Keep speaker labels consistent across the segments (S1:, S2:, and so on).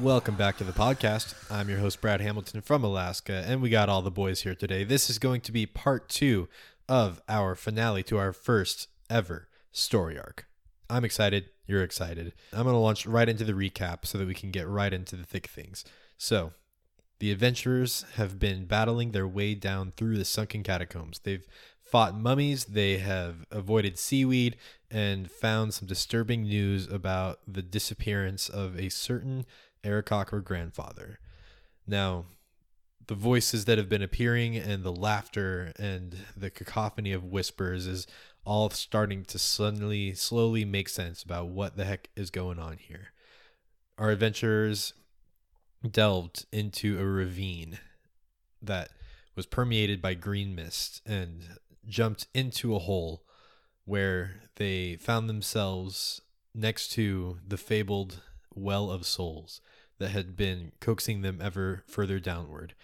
S1: Welcome back to the podcast. I'm your host, Brad Hamilton from Alaska, and we got all the boys here today. This is going to be part two of our finale to our first ever story arc. I'm excited. You're excited. I'm going to launch right into the recap so that we can get right into the thick things. So, the adventurers have been battling their way down through the sunken catacombs. They've fought mummies, they have avoided seaweed, and found some disturbing news about the disappearance of a certain Eric Cocker grandfather. Now, the voices that have been appearing and the laughter and the cacophony of whispers is all starting to suddenly, slowly make sense about what the heck is going on here. Our adventurers delved into a ravine that was permeated by green mist and jumped into a hole where they found themselves next to the fabled well of souls that had been coaxing them ever further downward.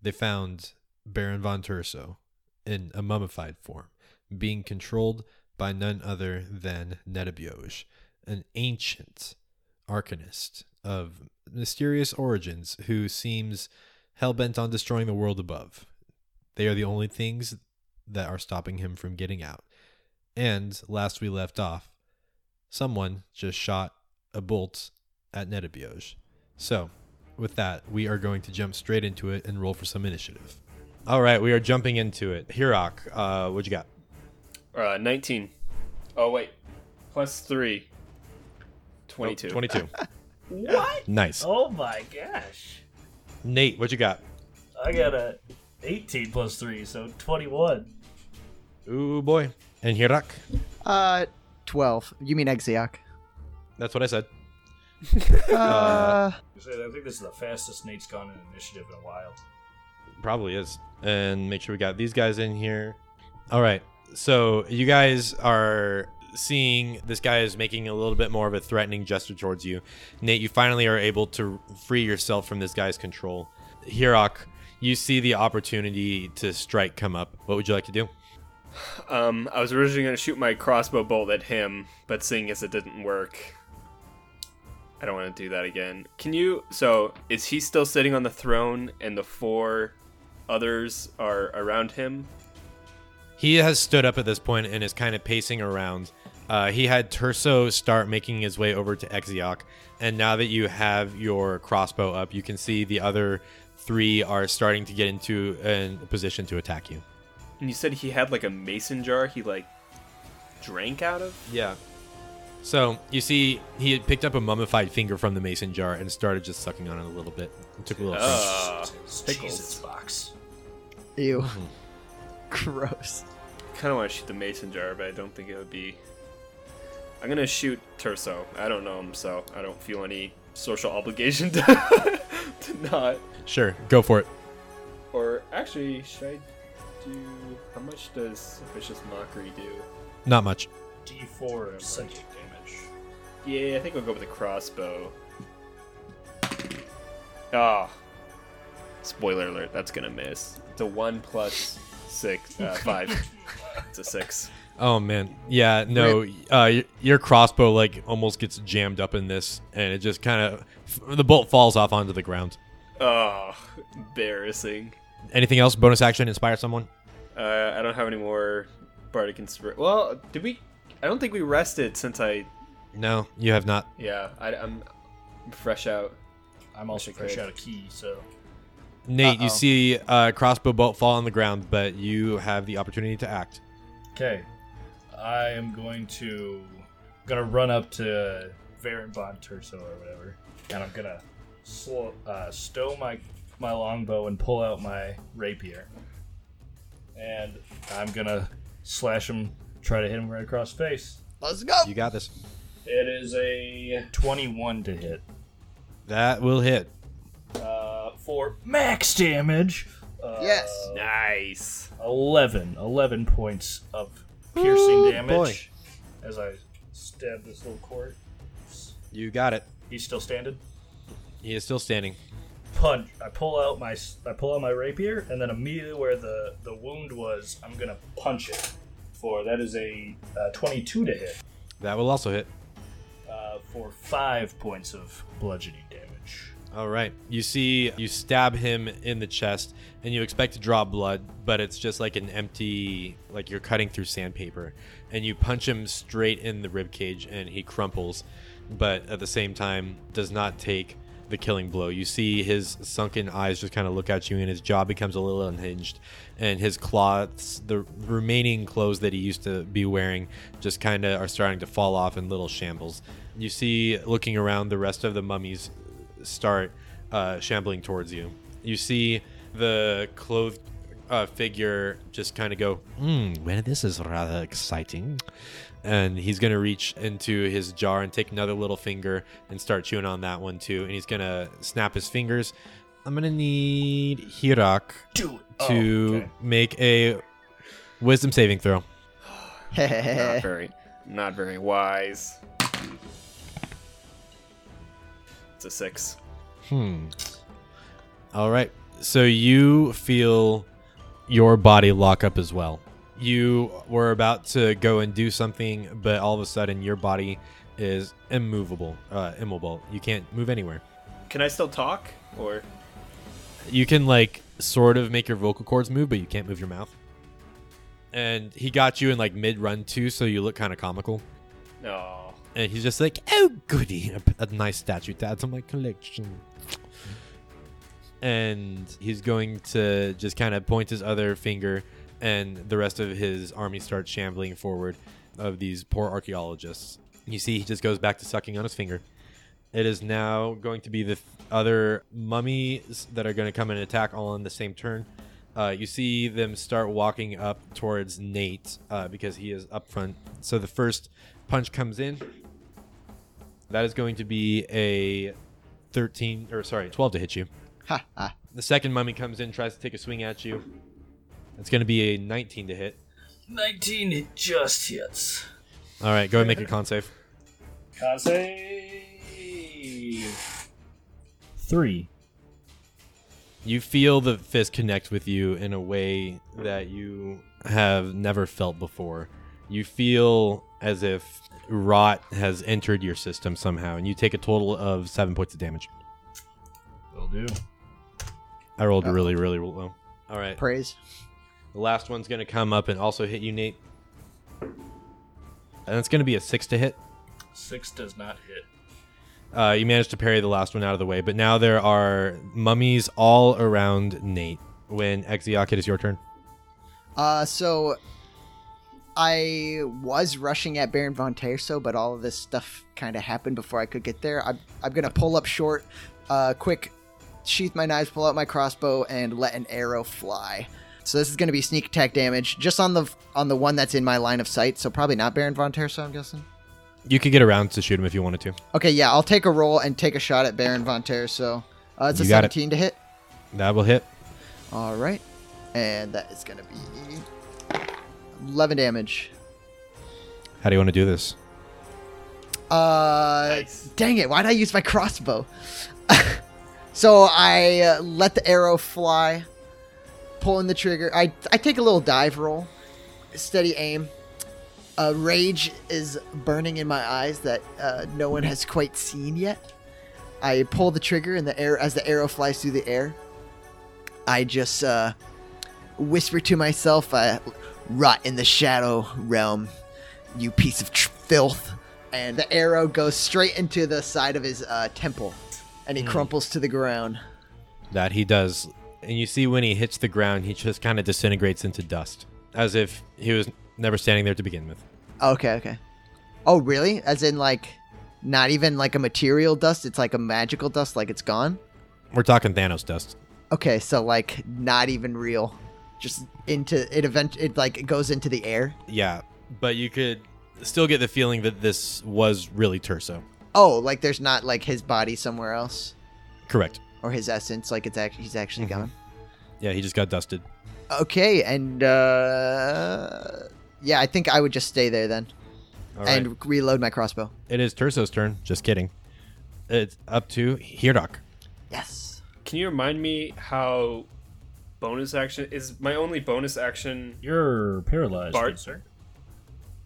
S1: They found Baron von Turso in a mummified form, being controlled by none other than Netabioge, an ancient arcanist of mysterious origins who seems hell-bent on destroying the world above. They are the only things that are stopping him from getting out. And last we left off, someone just shot a bolt at Netabioge. So, with that, we are going to jump straight into it and roll for some initiative. All right, we are jumping into it. Hirok, uh, what you got?
S2: Uh, 19. Oh, wait. Plus 3. 22.
S1: 22.
S3: What?
S1: nice.
S3: Oh my gosh.
S1: Nate, what you got?
S3: I got a 18 plus 3, so 21.
S1: Ooh, boy. And Hirok?
S4: Uh, 12. You mean Exioc.
S1: That's what I said.
S4: Uh,
S3: I said, I think this is the fastest Nate's gone in initiative in a while.
S1: Probably is. And make sure we got these guys in here. All right. So you guys are seeing this guy is making a little bit more of a threatening gesture towards you. Nate, you finally are able to free yourself from this guy's control. Hirok, you see the opportunity to strike come up. What would you like to do?
S2: Um, I was originally going to shoot my crossbow bolt at him, but seeing as it didn't work, I don't want to do that again. Can you. So, is he still sitting on the throne and the four others are around him?
S1: He has stood up at this point and is kind of pacing around. Uh, he had Terso start making his way over to Exioc, and now that you have your crossbow up, you can see the other three are starting to get into a position to attack you.
S2: And you said he had like a mason jar he like drank out of?
S1: Yeah. So you see, he had picked up a mummified finger from the mason jar and started just sucking on it a little bit. Took a little. pinch.
S2: Uh,
S3: Jesus,
S2: pickles.
S3: Jesus box.
S4: ew. Gross.
S2: kind of want to shoot the mason jar, but I don't think it would be. I'm gonna shoot Terso. I don't know him, so I don't feel any social obligation to, to not.
S1: Sure, go for it.
S2: Or actually, should I do? How much does vicious mockery do?
S1: Not much.
S3: D4 of psychic damage.
S2: Yeah, I think I'll go with a crossbow. Ah, spoiler alert. That's gonna miss. It's a one plus six, uh, five. it's a six.
S1: Oh man, yeah, no, uh, y- your crossbow like almost gets jammed up in this, and it just kind of the bolt falls off onto the ground.
S2: Oh, embarrassing.
S1: Anything else? Bonus action, inspire someone.
S2: Uh, I don't have any more bardic inspiration. Well, did we? I don't think we rested since I.
S1: No, you have not.
S2: Yeah, I, am fresh out.
S3: I'm also
S2: Which is
S3: fresh
S2: great.
S3: out of key, so.
S1: Nate,
S4: Uh-oh.
S1: you see uh, crossbow bolt fall on the ground, but you have the opportunity to act.
S3: Okay. I am going to. gonna run up to Varen Von Terso or whatever, and I'm gonna slow, uh, stow my, my longbow and pull out my rapier. And I'm gonna slash him, try to hit him right across the face.
S4: Let's go.
S1: You got this.
S3: It is a 21 to hit.
S1: That will hit.
S3: Uh, for max damage. Uh,
S4: Yes.
S2: Nice.
S3: 11. 11 points of piercing
S1: Ooh,
S3: damage. As I stab this little court.
S1: You got it.
S3: He's still standing.
S1: He is still standing.
S3: Punch. I pull out my s- I pull out my rapier, and then immediately where the, the wound was, I'm gonna punch it. For that is a uh, 22 to hit.
S1: That will also hit.
S3: Uh, for five points of bludgeoning damage.
S1: All right. You see, you stab him in the chest, and you expect to draw blood, but it's just like an empty, like you're cutting through sandpaper, and you punch him straight in the rib cage, and he crumples, but at the same time does not take the killing blow. You see his sunken eyes just kind of look at you, and his jaw becomes a little unhinged, and his cloths, the remaining clothes that he used to be wearing, just kind of are starting to fall off in little shambles. You see, looking around, the rest of the mummies start uh, shambling towards you. You see the clothed uh, figure just kind of go, hmm, well, this is rather exciting. And he's going to reach into his jar and take another little finger and start chewing on that one too. And he's going to snap his fingers. I'm going to need Hirak
S3: Do it. Oh,
S1: to make a wisdom saving throw.
S4: Eh.
S2: Not very, not very wise. It's a six.
S1: Hmm. All right. So you feel your body lock up as well. You were about to go and do something, but all of a sudden your body is immovable, uh, immobile. You can't move anywhere.
S2: Can I still talk? Or
S1: You can like sort of make your vocal cords move, but you can't move your mouth. And he got you in like mid run too, so you look kind of comical.
S2: no?
S1: And he's just like, oh, goody, a, p- a nice statue to add to my collection. And he's going to just kind of point his other finger, and the rest of his army starts shambling forward of these poor archaeologists. You see, he just goes back to sucking on his finger. It is now going to be the th- other mummies that are going to come and attack all on the same turn. Uh, you see them start walking up towards Nate uh, because he is up front. So the first punch comes in. That is going to be a 13, or sorry, 12 to hit you.
S4: Ha, ha.
S1: The second mummy comes in, tries to take a swing at you. It's going to be a 19 to hit.
S3: 19, it just hits.
S1: All right, go ahead and make your con save.
S3: Con save. Three.
S1: You feel the fist connect with you in a way that you have never felt before. You feel as if rot has entered your system somehow, and you take a total of seven points of damage.
S3: Will do.
S1: I rolled really, really low. All right.
S4: Praise.
S1: The last one's going to come up and also hit you, Nate. And it's going to be a six to hit.
S3: Six does not hit.
S1: Uh, you managed to parry the last one out of the way, but now there are mummies all around Nate. When Exioc, it is your turn.
S4: Uh, so I was rushing at Baron von Terso, but all of this stuff kind of happened before I could get there. I'm, I'm gonna pull up short, uh, quick, sheath my knives, pull out my crossbow, and let an arrow fly. So this is gonna be sneak attack damage, just on the on the one that's in my line of sight. So probably not Baron von Terso, I'm guessing.
S1: You could get around to shoot him if you wanted to.
S4: Okay, yeah, I'll take a roll and take a shot at Baron von Terso. Uh, it's a
S1: You got it.
S4: 17 to hit.
S1: That will hit.
S4: All right, and that is gonna be 11 damage.
S1: How do you want to do this?
S4: Uh,
S2: Nice.
S4: dang it! Why did I use my crossbow? so I uh, let the arrow fly, pulling the trigger. I I take a little dive roll, steady aim. Uh, rage is burning in my eyes that uh, no one has quite seen yet. I pull the trigger, and the air as the arrow flies through the air. I just uh, whisper to myself, uh, "Rot in the shadow realm, you piece of tr- filth!" And the arrow goes straight into the side of his uh, temple, and he crumples to the ground.
S1: That he does. And you see when he hits the ground, he just kind of disintegrates into dust, as if he was never standing there to begin with.
S4: Okay, okay. Oh, really? As in, like, not even like a material dust. It's like a magical dust. Like it's gone.
S1: We're talking Thanos dust.
S4: Okay, so like not even real. Just into it. Event. It like goes into the air.
S1: Yeah, but you could still get the feeling that this was really Terso.
S4: Oh, like there's not like his body somewhere else
S1: Correct.
S4: or his essence. Like it's actually he's actually gone.
S1: Yeah, he just got dusted.
S4: Okay, and uh, yeah, I think I would just stay there then
S1: All right.
S4: and reload my crossbow.
S1: It is Terso's turn. Just kidding. It's up to Hirak.
S4: Yes.
S2: Can you remind me how bonus action is my only bonus action?
S3: You're paralyzed,
S2: Bart?
S3: good sir.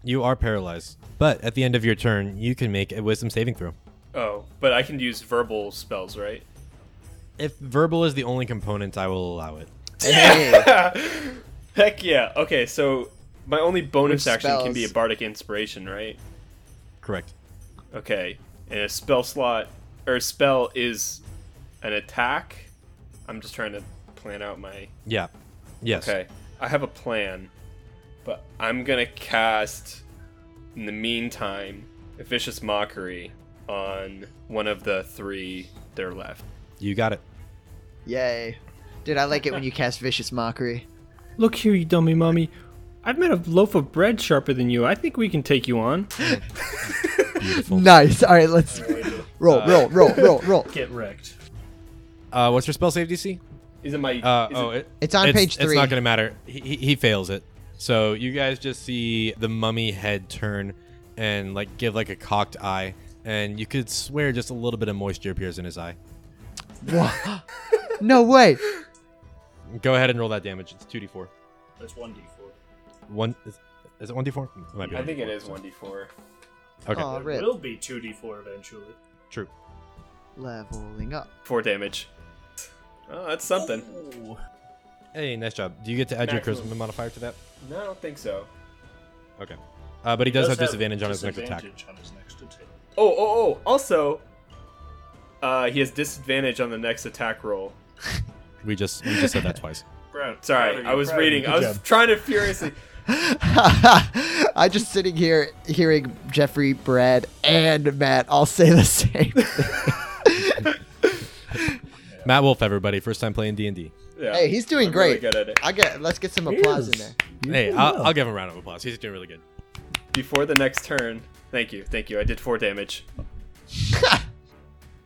S1: You are paralyzed, but at the end of your turn, you can make a wisdom saving throw.
S2: Oh, but I can use verbal spells, right?
S5: If verbal is the only component, I will allow it.
S4: Hey.
S2: Heck yeah. Okay, so my only bonus
S4: Which
S2: action can be a
S4: spells?
S2: bardic inspiration, right?
S5: Correct.
S2: Okay. And a spell slot or a spell is an attack. I'm just trying to plan out my
S5: Yeah. Yes.
S2: Okay. I have a plan, but I'm going to cast in the meantime a vicious mockery on one of the 3 that are left.
S5: You got it.
S4: Yay. Dude, I like it when you cast Vicious Mockery.
S6: Look here, you dummy mummy. I've made a loaf of bread sharper than you. I think we can take you on.
S5: Beautiful.
S4: Nice. All right, let's roll, roll, roll, roll, roll.
S3: Get wrecked.
S5: Uh, what's your spell save DC?
S2: Is it my
S5: Uh,
S2: is
S5: oh,
S2: it,
S5: it,
S4: It's on page
S5: It's
S4: three.
S5: not going to matter. He, he, he fails it. So you guys just see the mummy head turn and like give like a cocked eye, and you could swear just a little bit of moisture appears in his eye.
S4: Wha- no way.
S5: Go ahead and roll that damage. It's two d four.
S3: That's one d four.
S5: One is, is it one d four? It might be.
S2: I think it is 1d4.
S5: Okay.
S4: Aw,
S3: It
S4: rip.
S3: will be two d four eventually.
S5: True.
S4: Leveling up.
S2: 4 damage. Oh, that's something.
S3: Ooh.
S5: Hey, nice job. Do you get to add your
S2: Maximum.
S5: charisma modifier to that?
S2: No, I don't think so.
S5: Okay. Uh, but he does, have,
S3: have
S5: disadvantage on his next attack.
S3: disadvantage on his next attack.
S2: Oh, oh, oh. Also, uh, he has disadvantage on the next attack roll.
S5: We just we just said that twice.
S3: Proud- proud
S2: Sorry,
S3: of
S2: I
S3: you,
S2: was
S3: proud of you.
S2: reading.
S3: Good
S2: I was
S3: job.
S2: trying to furiously.
S4: I just sitting here hearing Jeffrey, Brad, and Matt all say the same.
S5: Matt Wolf, everybody, first time playing D and D.
S2: Yeah,
S4: Hey, he's doing
S2: I'm really
S4: great.
S2: good at it.
S4: I get. Let's get some applause in there.
S5: Hey, I'll, I'll give him a round of applause. He's doing really good.
S2: Before the next turn. Thank you, thank you. I did four damage.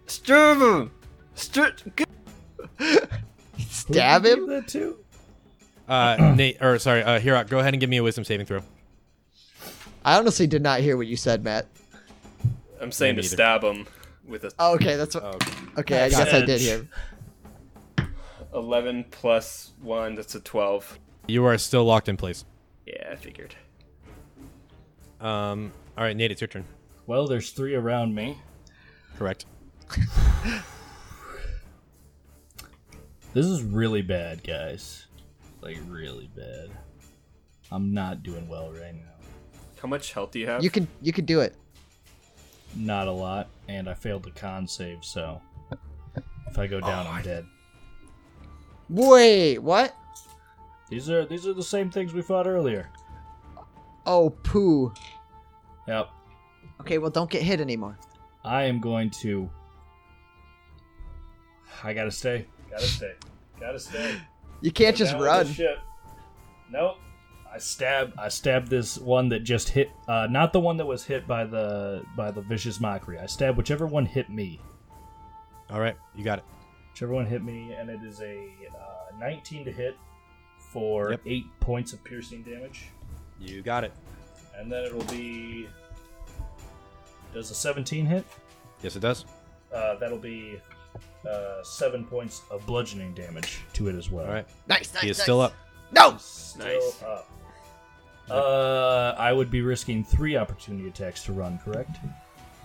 S2: Sturm! Stur- g-
S4: Stab him.
S6: That too.
S5: Uh, Nate, or sorry, uh, Hirok, go ahead and give me a wisdom saving throw.
S4: I honestly did not hear what you said, Matt.
S2: I'm saying
S5: Me
S2: to
S5: neither.
S2: stab him with a
S4: Oh, okay, that's what. Okay, I guess I did hear.
S2: 11 plus 1, that's a 12.
S5: You are still locked in place.
S2: Yeah, I figured.
S5: Um, all right, Nate, it's your turn.
S3: Well, there's three around me.
S5: Correct.
S3: This is really bad, guys. Like really bad. I'm not doing well right now.
S2: How much health do you have?
S4: You can. You can do it.
S3: Not a lot, and I failed the con save, so if I go down, I'm dead.
S4: Wait, what?
S3: These are these are the same things we fought earlier.
S4: Oh, poo.
S3: Yep.
S4: Okay, well, don't get hit anymore.
S3: I am going to. I gotta stay. Gotta stay. Gotta stay.
S4: You can't just
S3: Down with
S4: run.
S3: this shit. Nope. I stab. I stabbed this one that just hit. Uh, not the one that was hit by the by the vicious mockery. I stabbed whichever one hit me.
S5: All right, you got it.
S3: Whichever one hit me, and it is a uh, 19 to hit for
S5: Yep.
S3: eight points of piercing damage,
S5: You got it.
S3: and then it'll be. Does a 17 hit?
S5: Yes, it does.
S3: Uh, that'll be uh, seven points of bludgeoning damage to it as well.
S5: All right,
S4: Nice, nice.
S5: he is
S4: nice.
S5: still up.
S4: No.
S3: Still
S2: Nice.
S3: up. Uh, I would be risking three opportunity attacks to run, correct?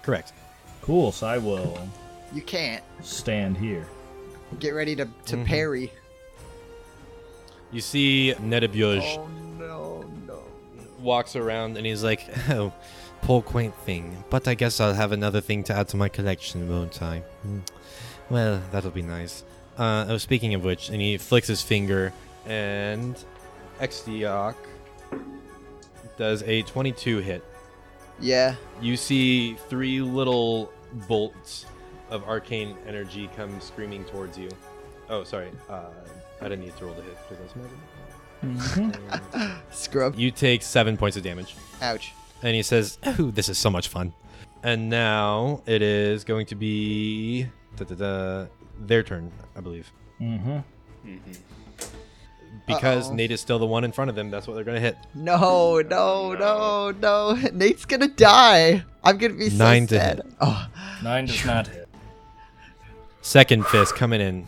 S5: Correct.
S3: Cool. So I will
S4: You can't.
S3: stand here.
S4: Get ready to to
S5: Mm-hmm.
S4: parry.
S5: You see Nedabuj
S4: Oh no, no.
S5: walks around and he's like, "Oh, poor quaint thing. But I guess I'll have another thing to add to my collection, won't I? Hmm. Well, that'll be nice." Uh, oh, speaking of which, and he flicks his finger, and Exdiok does a 22 hit.
S4: Yeah.
S5: You see three little bolts of arcane energy come screaming towards you. Oh, sorry. Uh, I didn't need to roll the hit because I was
S4: Scrub.
S5: You take seven points of damage.
S4: Ouch.
S5: And he says, Oh, this is so much fun. And now it is going to be da, da, da, their turn, I believe.
S3: Mm-hmm.
S5: Because
S4: Uh-oh.
S5: Nate is still the one in front of them, that's what they're going to hit.
S4: No, no, no, no. Nate's gonna die. I'm gonna be so
S5: Nine to
S4: sad.
S5: hit.
S4: Oh,
S3: Nine does not hit.
S5: Second fist coming in.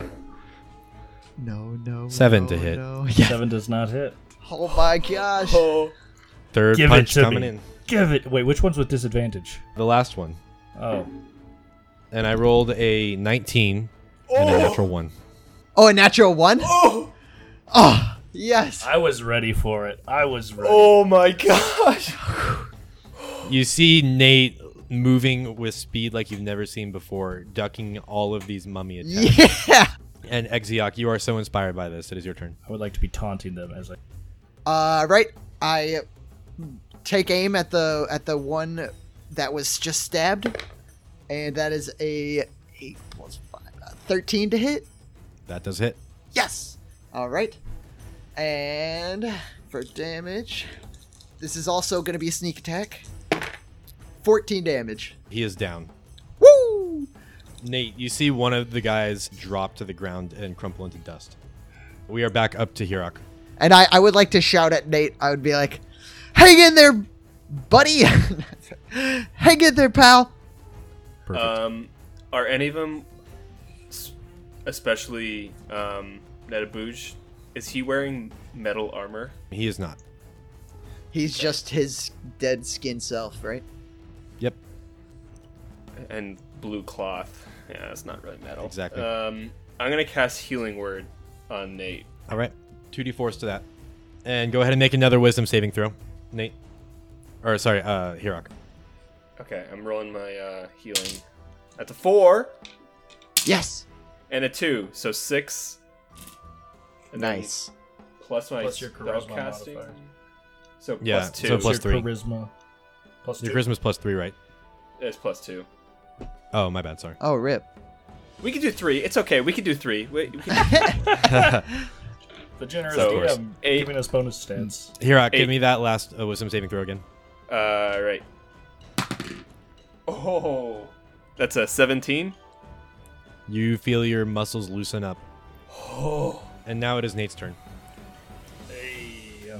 S4: no, no.
S5: Seven
S4: no,
S5: to hit.
S4: No. Yeah.
S3: Seven does not hit.
S4: Oh my gosh.
S2: Oh,
S5: Third
S3: Give it
S5: punch
S3: to
S5: coming
S3: me.
S5: in.
S3: Give it. Wait, which one's with Oh. disadvantage?
S5: The last one.
S3: Oh,
S5: And I rolled a 19. and a natural one.
S4: Oh, a natural one?
S2: Oh,
S4: Yes.
S3: I was ready for it. I was ready.
S2: oh my gosh.
S5: You see Nate moving with speed like you've never seen before, ducking all of these mummy attacks.
S4: Yeah.
S5: And Exioc, you are so inspired by this. It is your turn.
S3: I would like to be taunting them as I.
S4: Uh, right. I take aim at the at the one that was just stabbed, and that is a eight plus five, uh, thirteen to hit.
S5: That does hit.
S4: Yes. All right. And for damage, this is also going to be a sneak attack. Fourteen damage.
S5: He is down.
S4: Woo!
S5: Nate, you see one of the guys drop to the ground and crumple into dust. We are back up to Hirok.
S4: And I, I would like to shout at Nate. I would be like, "Hang in there, buddy. Hang in there, pal."
S5: Perfect.
S2: Um, are any of them, s- especially um, Netabouge, is he wearing metal armor?
S5: he is not.
S4: He's just his dead skin self, right?
S5: Yep.
S2: and blue cloth. Yeah, it's not really metal.
S5: Exactly.
S2: Um, I'm gonna cast Healing Word on Nate.
S5: All right. 2d4s to that. And go ahead and make another wisdom saving throw, Nate. Or, sorry, uh, Hirok.
S2: Okay, I'm rolling my uh, healing. That's a four
S4: Yes.
S2: and a two, so six. And then
S4: Nice.
S2: Plus my
S3: Plus your
S2: spell
S3: charisma
S2: casting.
S3: modifier.
S2: So
S5: Yeah,
S2: plus two.
S5: so plus-
S3: Your
S5: three.
S3: charisma. Plus
S5: Your
S3: two.
S5: charisma's plus three, right?
S2: It's plus two.
S5: Oh, my bad. Sorry.
S4: Oh, rip.
S2: We can do three. It's okay. We can do three. We, we can
S3: The generous
S2: So,
S5: of course.
S3: DM
S2: Eight.
S3: giving us bonus stats.
S5: Hirok,
S2: Eight.
S5: give me that last uh, wisdom saving throw again.
S2: do, uh, right. Oh, that's a 17.
S5: You feel your muscles loosen up. And now it is Nate's turn.
S3: Hey,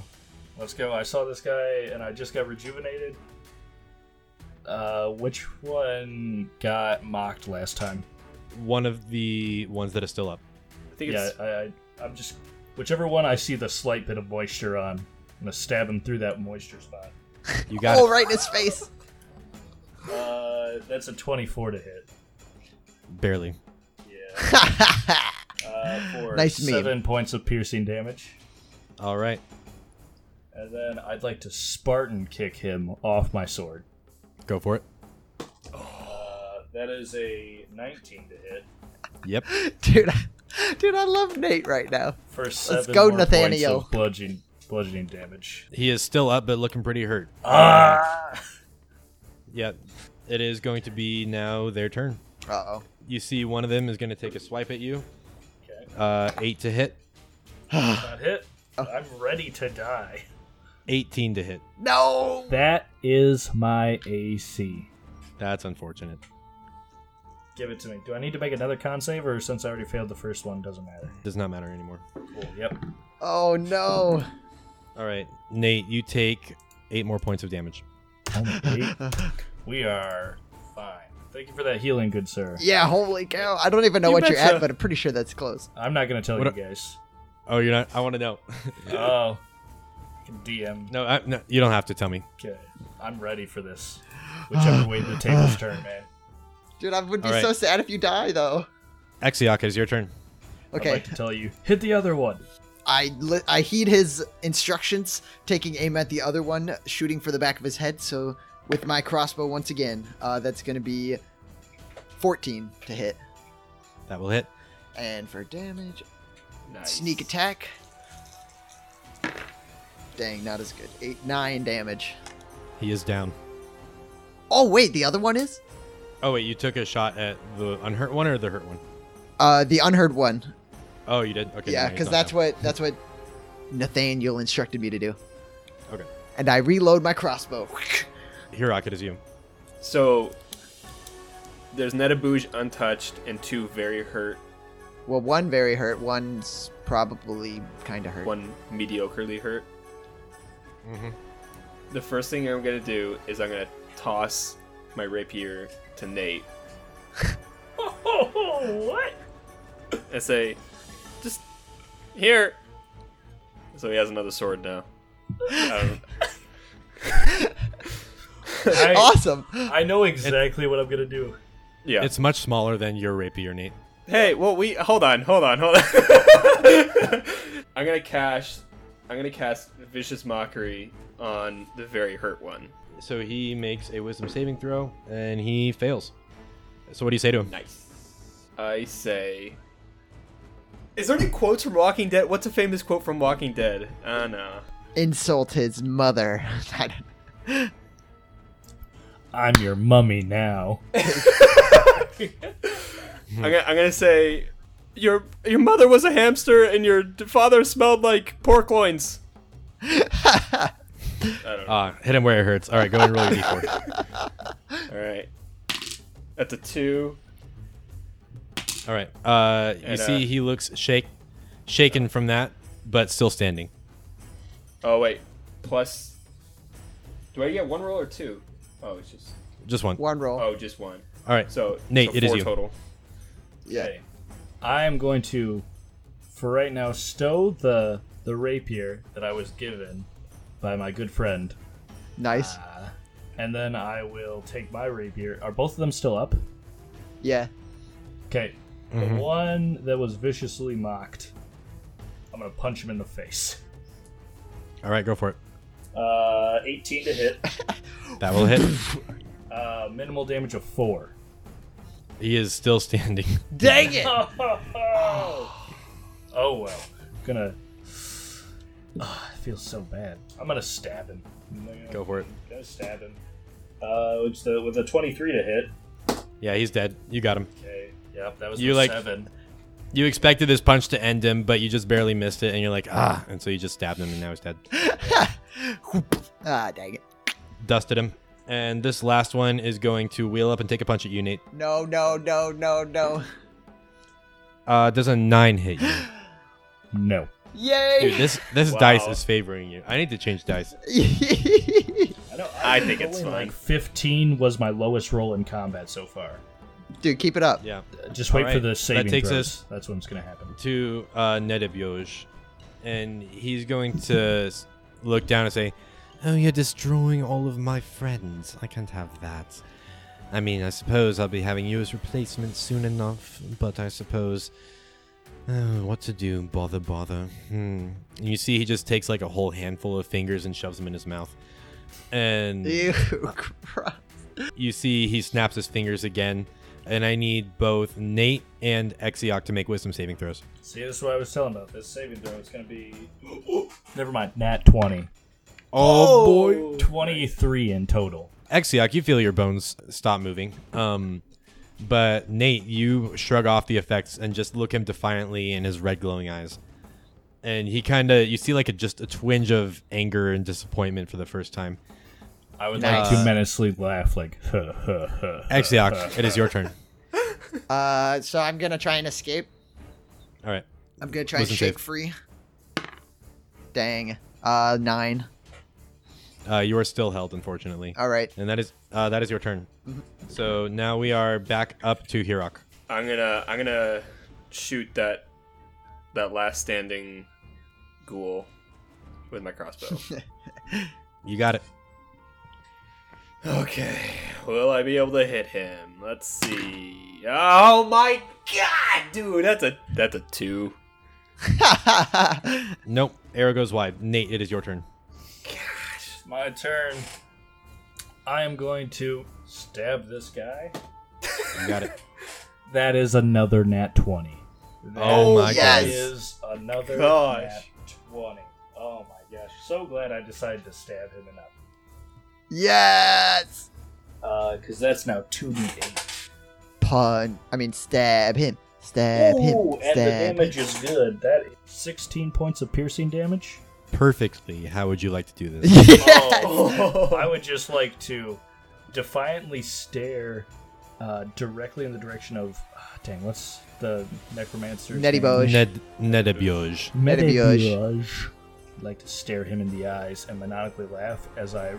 S3: let's go. I saw this guy and I just got rejuvenated. Uh, which one got mocked last time?
S5: One of the ones that is still up.
S2: I think
S3: yeah, uh,
S2: it's
S3: I, I, I'm just whichever one I see the slight bit of moisture on. I'm gonna stab him through that moisture spot.
S5: You got
S4: Oh,
S5: it.
S4: right in his face.
S3: Uh, that's a 24 to hit.
S5: Barely.
S3: Yeah. Uh, for
S4: Nice meme.
S3: seven points of piercing damage,
S5: All right.
S3: and then I'd like to Spartan kick him off my sword.
S5: Go for it.
S3: Uh, that is a 19 to hit
S5: Yep.
S4: dude, I- dude, I love Nate right now.
S3: for seven
S4: go,
S3: more
S4: Nathaniel.
S3: points of bludgeoning, bludgeoning damage.
S5: He is still up, but looking pretty hurt.
S3: Ah!
S5: Yep. It is going to be now their turn.
S4: Uh
S5: You see, one of them is going to take a swipe at you. Uh, eight to hit,
S3: Not Ah! hit.
S4: Oh.
S3: I'm ready to die.
S5: 18 to hit.
S4: No.
S3: That is my AC.
S5: That's unfortunate.
S3: Give it to me. Do I need to make another con save, or since I already failed the first one, doesn't matter?
S5: Does not matter anymore.
S3: Cool. Yep.
S4: Oh no.
S5: All right, Nate, you take eight more points of damage.
S3: Only eight. we are fine. Thank you for that healing, good sir.
S4: Yeah. Holy cow. I don't even know
S2: You
S4: what you're
S2: betcha.
S4: at, but I'm pretty sure that's close.
S3: I'm not gonna tell
S5: What
S3: you guys.
S5: Oh, you're not. I want to know.
S3: Oh. DM.
S5: no, I, no, you don't have to tell me.
S3: Okay. I'm ready for this. Whichever way the tables turn, man.
S4: Dude, I would be
S5: All right.
S4: so sad if you die though.
S5: Exioc, it is your turn.
S4: Okay.
S3: I'd like to tell you. Hit the other one.
S4: I li- I heed his instructions, taking aim at the other one, shooting for the back of his head. So with my crossbow once again, uh, that's gonna be 14 to hit,
S5: That will hit.
S4: and for damage,
S2: nice.
S4: sneak attack. Dang, not as good. Eight, nine damage.
S5: He is down.
S4: Oh wait, the other one is
S5: Oh wait, you took a shot at the unhurt one or the hurt one?
S4: uh, the unheard one.
S5: Oh, you did. Okay.
S4: yeah,
S5: no, he's
S4: because
S5: not
S4: that's
S5: down.
S4: what that's what Nathaniel instructed me to do.
S5: Okay.
S4: And I reload my crossbow.
S5: Hirok, it is you.
S2: So there's Netabouge untouched and two very hurt,
S4: well, one very hurt, one's probably kind of hurt.
S2: one mediocrely hurt.
S5: Mm-hmm.
S2: The first thing I'm gonna do is I'm gonna toss my rapier to Nate
S3: Oh, what?
S2: and say, "Just here." So he has another sword now. Um,
S3: I,
S4: Awesome.
S3: I know exactly what I'm gonna do.
S2: yeah,
S5: It's much smaller than your rapier, Nate.
S2: Hey, well, we hold on, hold on, hold on. I'm gonna cash. I'm gonna cast vicious mockery on the very hurt one.
S5: So he makes a wisdom saving throw and he fails. So what do you say to him?
S2: Nice. I say. Is there any quotes from Walking Dead? What's a famous quote from Walking Dead? Uh no.
S4: Insult his mother.
S3: I'm your mummy now.
S2: I'm gonna, I'm gonna say, your your mother was a hamster and your d- father smelled like pork loins.
S5: Ah, hit him where it hurts. All right, go ahead and roll your d4.
S2: All right. That's a two.
S5: All right. Uh, you
S2: And, uh,
S5: see, he looks shake, shaken from that, but still standing.
S2: Oh wait, plus. Do I get one roll or two? Oh, it's just.
S5: Just one. All
S4: One roll.
S2: Oh, just one.
S5: right.
S2: So
S5: Nate,
S2: so
S5: it is
S2: four
S5: you.
S2: total.
S4: yeah.
S2: Okay.
S3: I am going to, for right now, stow the the rapier that I was given by my good friend,
S4: Nice.
S3: and then I will take my rapier. Are both of them still up?
S4: yeah.
S3: Okay. The one that was viciously mocked. I'm gonna punch him in the face.
S5: All right, go for it.
S3: Uh, 18 to hit.
S5: That will hit.
S3: Uh, minimal damage of four.
S5: he is still standing.
S4: Dang it!
S3: oh well. Gonna. Ah, I feel so bad. I'm gonna stab him.
S5: Go for it.
S3: Gonna stab him. Uh, which the with a 23 to hit.
S5: Yeah, he's dead. You got him.
S3: Okay. Yep, that was
S5: You
S3: you
S5: like-
S3: seven.
S5: You expected this punch to end him, but you just barely missed it, and you're like, ah. And so you just stabbed him, and now he's dead.
S4: ah, dang it.
S5: Dusted him. And this last one is going to wheel up and take a punch at you, Nate.
S4: No, no, no, no, no.
S5: Uh, does a nine hit you?
S3: No.
S5: Dude,
S4: Yay!
S5: this this
S2: Wow.
S5: dice is favoring you. I need to change dice.
S3: I, don't,
S2: I think it's
S3: only,
S2: fine.
S3: Like 15 was my lowest roll in combat so far. Uh,
S4: Dude, keep it up.
S5: Yeah.
S3: Just wait
S5: All
S3: for
S5: right,
S3: the
S5: that
S3: saving
S5: takes
S3: throws.
S5: us-
S3: That's when's gonna happen.
S5: To uh, Nedibjoj, and he's going to s- look down and say, "Oh, you're destroying all of my friends. I can't have that. I mean, I suppose I'll be having you as replacement soon enough, but I suppose." Oh, what to do? Bother, bother. Hmm. And you see, he just takes like a whole handful of fingers and shoves them in his mouth. And
S4: Ew, gross.
S5: you see, he snaps his fingers again. And I need both Nate and Exioc to make wisdom saving throws.
S3: See, this is what I was telling about. This saving throw is gonna be. Never mind. Nat 20.
S5: Oh, boy.
S3: 23 in total.
S5: Exioc, you feel your bones stop moving. Um, but Nate, you shrug off the effects and just look him defiantly in his red glowing eyes. And he kind of, you see like a, just a twinge of anger and disappointment for the first time.
S3: I would
S4: Nice.
S3: like to menacingly laugh, like, huh, huh, huh.
S5: Exioc, it is your turn.
S4: Uh, so I'm gonna try and escape.
S5: All right.
S4: I'm gonna try
S5: Wasn't
S4: and shake
S5: safe.
S4: free. Dang. Uh, nine.
S5: Uh, you are still held, unfortunately.
S4: All right.
S5: And that is uh, that is your turn. So now we are back up to Hirok.
S2: I'm gonna I'm gonna shoot that that last standing ghoul with my crossbow.
S5: You got it.
S2: okay. Will I be able to hit him? Let's see. Oh my god, dude, that's a that's a two.
S5: Nope. Arrow goes wide. Nate, it is your turn.
S3: It's my turn. I am going to stab this guy.
S5: You got it.
S3: That is another nat 20.
S5: Oh my
S4: yes.
S3: That
S5: god.
S3: is another
S2: Gosh.
S3: nat 20. Oh my gosh. So glad I decided to stab him enough.
S4: yes.
S3: Because Uh, that's now 2d8.
S4: Pun. I mean, stab him. Stab
S3: Ooh,
S4: him.
S3: and the
S4: Stab. him.
S3: damage is good. That is 16 points of piercing damage.
S5: Perfectly. How would you like to do this?
S4: Yes.
S3: I would just like to defiantly stare uh, directly in the direction of. ah, dang, what's the necromancer?
S4: Nediboj.
S5: Ned Nedibjoj.
S3: Medibioge. I'd like to stare him in the eyes and maniacally laugh as I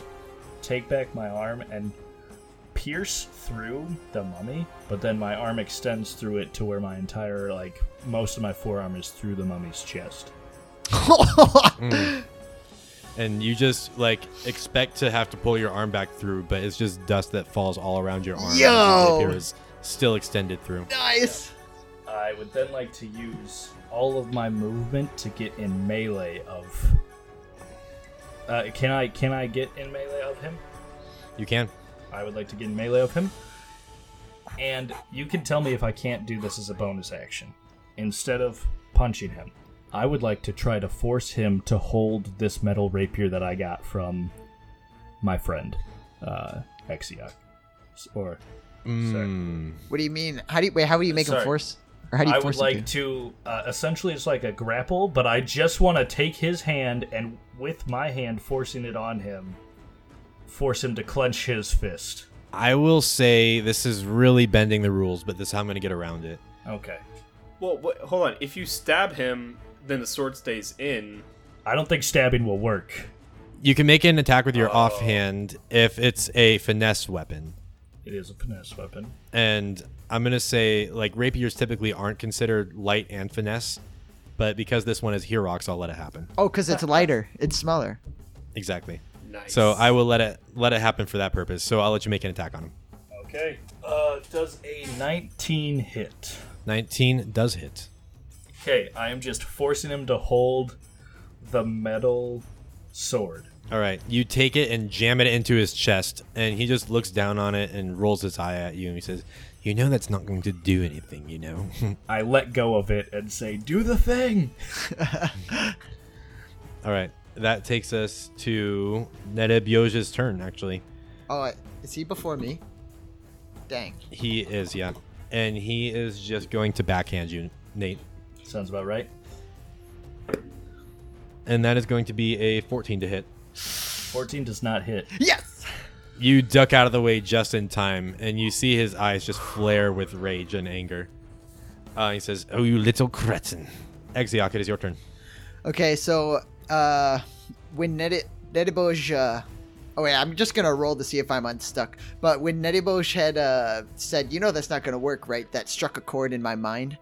S3: take back my arm and pierce through the mummy, but then my arm extends through it to where my entire, like, most of my forearm is through the mummy's chest.
S5: And you just like expect to have to pull your arm back through, but it's just dust that falls all around your arm.
S4: Yo!
S5: It is still extended through.
S4: nice.
S3: I I would then like to use all of my movement to get in melee of. Uh, can I can I get in melee of him?
S5: You can.
S3: I would like to get in melee of him. And you can tell me if I can't do this as a bonus action. Instead of punching him, I would like to try to force him to hold this metal rapier that I got from my friend, uh, Exioc. S- Or
S4: What do you mean? How do you wait? How do you make
S3: Sorry.
S4: him force? Or how do you
S3: I
S4: force
S3: would
S4: him
S3: like
S4: to?
S3: to uh, essentially it's like a grapple, but I just want to take his hand and with my hand forcing it on him, force him to clench his fist.
S5: I will say this is really bending the rules, but this is how I'm going to get around it.
S3: Okay.
S2: Well, wait, hold on. If you stab him, then the sword stays in.
S3: I don't think stabbing will work.
S5: You can make an attack with your offhand if it's a finesse weapon.
S3: It is a finesse weapon.
S5: And I'm going to say, like, rapiers typically aren't considered light and finesse, but because this one is Herox, I'll let it happen.
S4: Oh, because it's lighter. It's smaller.
S5: Exactly.
S2: Nice.
S5: So I will let it let it happen for that purpose. So I'll let you make an attack on him.
S3: Okay. Uh, does a 19 hit?
S5: 19 does hit.
S3: Okay, I am just forcing him to hold the metal sword.
S5: All right, you take it and jam it into his chest, and he just looks down on it and rolls his eye at you, and he says, "You know that's not going to do anything, you know."
S3: I let go of it and say, "Do the thing."
S5: All right, that takes us to Nedeb Yoja's turn. Actually,
S4: Oh, I- is he before me? Dang.
S5: he is yeah, and he is just going to backhand you, Nate,
S3: Sounds about right.
S5: and that is going to be a 14 to hit.
S3: 14 does not hit.
S4: Yes.
S5: You duck out of the way just in time, and you see his eyes just flare with rage and anger. Uh, he says, "Oh, you little cretin!" Exioc, it is your turn.
S4: Okay, so uh, when Nedi- Nedibosh, uh, oh wait, I'm just gonna roll to see if I'm unstuck. But when Nedibosh had uh, said, "You know that's not gonna work," right? That struck a chord in my mind,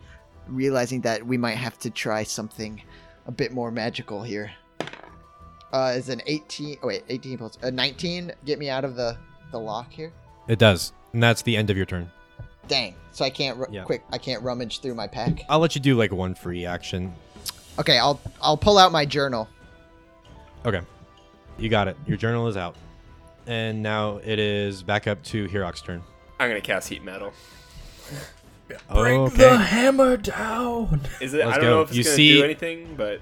S4: realizing that we might have to try something a bit more magical here. Uh, is an 18? Oh wait, 18 plus a 19 get me out of the the lock here?
S5: It does, and that's the end of your turn.
S4: Dang! So I can't ru-
S5: Yeah.
S4: quick. I can't rummage through my pack.
S5: I'll let you do like one free action.
S4: Okay, I'll I'll pull out my journal.
S5: Okay. You got it. Your journal is out. And now it is back up to Hirok's turn.
S2: I'm gonna cast heat metal.
S5: okay.
S3: hammer down.
S2: Is it?
S5: Let's
S2: I don't
S5: go.
S2: know if it's
S5: You
S2: gonna
S5: see-
S2: do anything, but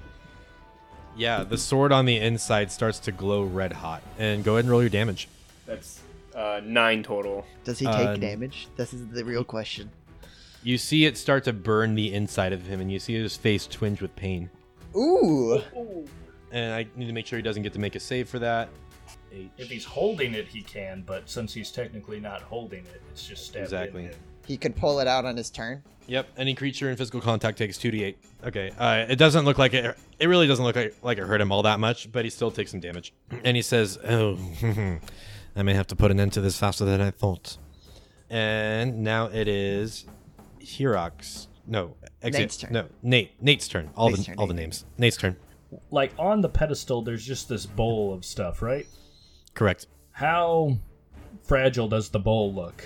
S5: Yeah, the sword on the inside starts to glow red hot. And go ahead and roll your damage.
S2: that's uh, nine total.
S4: Does he take
S5: Uh,
S4: damage? This is the real question.
S5: You see it start to burn the inside of him, and you see his face twinge with pain.
S4: Ooh.
S5: And I need to make sure he doesn't get to make a save for that. Eight.
S3: If he's holding it, he can, but since he's technically not holding it, it's just stabbed
S5: Exactly.
S3: in him.
S4: He could pull it out on his turn.
S5: Yep. Any creature in physical contact takes two d8. Okay. Uh, it doesn't look like it. It really doesn't look like, like it hurt him all that much, but he still takes some damage. And he says, "Oh, I may have to put an end to this faster than I thought." And now it is Hirox. No, exit.
S4: Nate's turn.
S5: No, Nate. Nate's turn. All
S4: Nate's
S5: the
S4: turn,
S5: all the
S4: Nate.
S5: names. Nate's turn.
S3: Like on the pedestal, there's just this bowl of stuff, right?
S5: Correct.
S3: How fragile does the bowl look?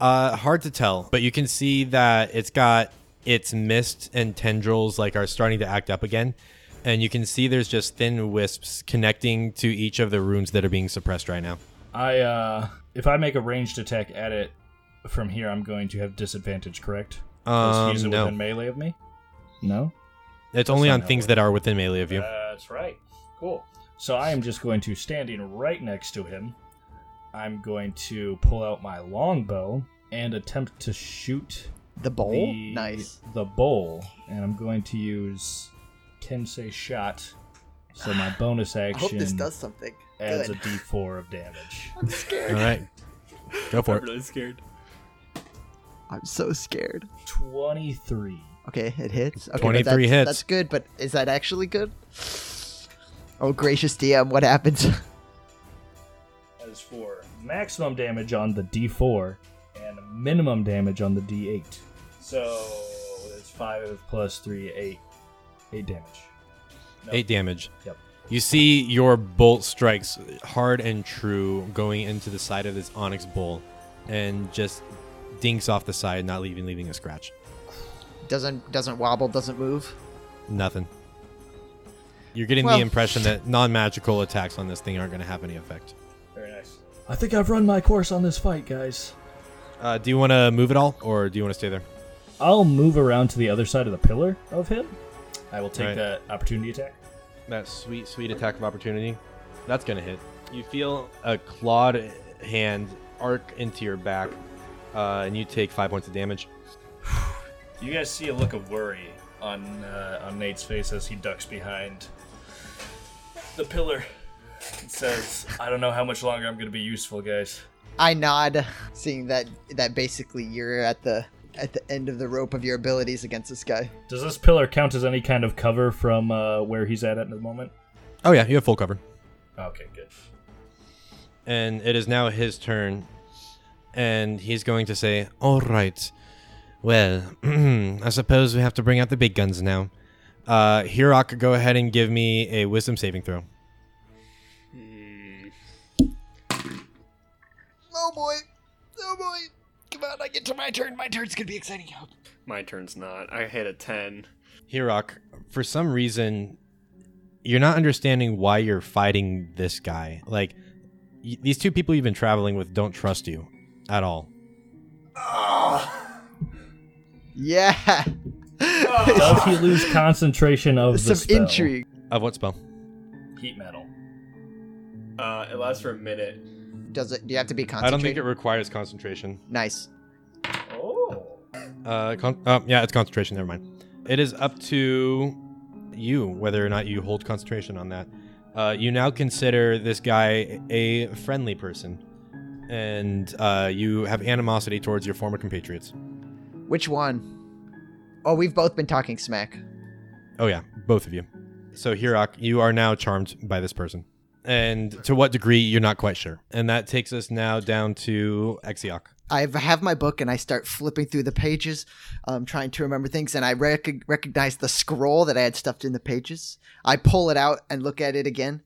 S5: Uh, hard to tell, but you can see that it's got its mist and tendrils like are starting to act up again, and you can see there's just thin wisps connecting to each of the runes that are being suppressed right now.
S3: I uh if I make a ranged attack at it from here, I'm going to have disadvantage, correct? 'Cause he's
S5: Um, no.
S3: within melee of me. No.
S5: It's only
S3: not
S5: on
S3: how it
S5: things that are within melee of you.
S3: That's right. Cool. So I am just going to standing right next to him. I'm going to pull out my longbow and attempt to shoot
S4: The bowl?
S3: the
S4: Nice.
S3: the bowl, and I'm going to use Tensei shot. So my bonus
S4: I
S3: action
S4: hope this does something.
S3: adds
S4: Good.
S3: a D4 of damage.
S4: I'm scared.
S5: All right, go for
S2: I'm
S5: it.
S2: really scared.
S4: I'm so scared.
S3: Twenty-three.
S4: Okay, it hits. Okay, but
S5: 23
S4: that's,
S5: hits.
S4: That's good, but is that actually good? Oh, gracious DM, what happens?
S3: As for maximum damage on the D4 and minimum damage on the D8. So it's five plus three, eight, eight damage. No.
S5: Eight damage.
S3: Yep.
S5: You see your bolt strikes hard and true going into the side of this onyx bowl, and just dinks off the side, not leaving leaving a scratch.
S4: doesn't doesn't wobble, doesn't move.
S5: Nothing. You're getting
S4: Well-
S5: the impression that non-magical attacks on this thing aren't going to have any effect.
S3: Very nice.
S7: I think I've run my course on this fight, guys.
S5: Uh, do you want to move at all, or do you want to stay there?
S3: I'll move around to the other side of the pillar of him. I will take
S5: Right.
S3: that opportunity attack.
S5: That sweet, sweet attack of opportunity. That's going to hit. You feel a clawed hand arc into your back, uh, and you take five points of damage.
S3: You guys see a look of worry on uh, on Nate's face as he ducks behind the pillar. It says, "I don't know how much longer I'm going to be useful, guys."
S4: I nod, seeing that that basically you're at the at the end of the rope of your abilities against this guy.
S3: Does this pillar count as any kind of cover from uh, where he's at at the moment?
S5: Oh yeah, you have full cover.
S3: Okay, good.
S5: and it is now his turn and he's going to say all right well i suppose we have to bring out the big guns now uh hirok go ahead and give me a wisdom saving throw
S4: Oh boy, oh boy! Come on, I get to my turn. My turn's gonna be exciting.
S2: My turn's not. I hit a 10.
S5: hirok for some reason you're not understanding why you're fighting this guy like y- these two people you've been traveling with don't trust you at all
S4: Yeah,
S3: Does he lose concentration of the
S4: some
S3: spell?
S4: intrigue.
S5: of what spell
S3: Heat metal.
S2: Uh, it lasts for a minute.
S4: Does it? Do you have to be concentrated?
S5: i don't think it requires concentration
S4: nice.
S3: Oh.
S5: Uh, con- uh, yeah, it's concentration. Never mind. It is up to you whether or not you hold concentration on that. Uh, you now consider this guy a friendly person, and uh, you have animosity towards your former compatriots.
S4: Which one? Oh, we've both been talking smack.
S5: Oh yeah, both of you. So Hirok, you are now charmed by this person, and to what degree you're not quite sure. And that takes us now down to Exiok.
S4: I have my book and I start flipping through the pages, um, trying to remember things, and I rec- recognize the scroll that I had stuffed in the pages. I pull it out and look at it again.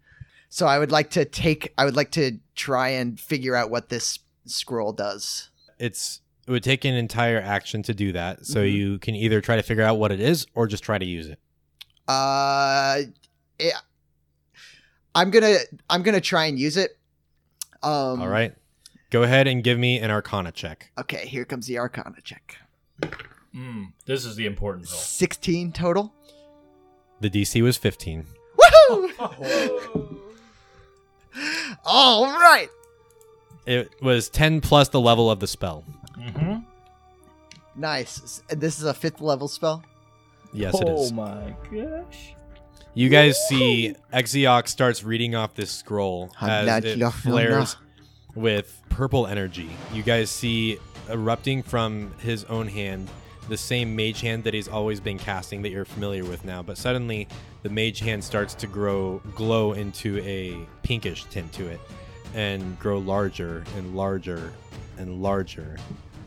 S4: So I would like to take, I would like to try and figure out what this scroll does.
S5: It's it would take an entire action to do that, so you can either try to figure out what it is or just try to use it.
S4: Uh, it, I'm gonna, I'm gonna try and use it. Um,
S5: All right. Go ahead and give me an arcana check.
S4: Okay, here comes the Arcana check.
S3: Mm, this is the important roll.
S4: Sixteen total.
S5: The DC was 15.
S4: Woohoo! All right.
S5: It was 10 plus the level of the spell.
S3: Mm-hmm.
S4: Nice. S- This is a fifth level spell.
S5: Yes, it
S3: Oh
S5: is.
S3: my gosh.
S5: You guys see Exioc starts reading off this scroll as it
S4: Hanadjafnona.
S5: flares with purple energy. You guys see erupting from his own hand the same mage hand that he's always been casting that you're familiar with now, but suddenly the mage hand starts to grow glow into a pinkish tint to it and grow larger and larger and larger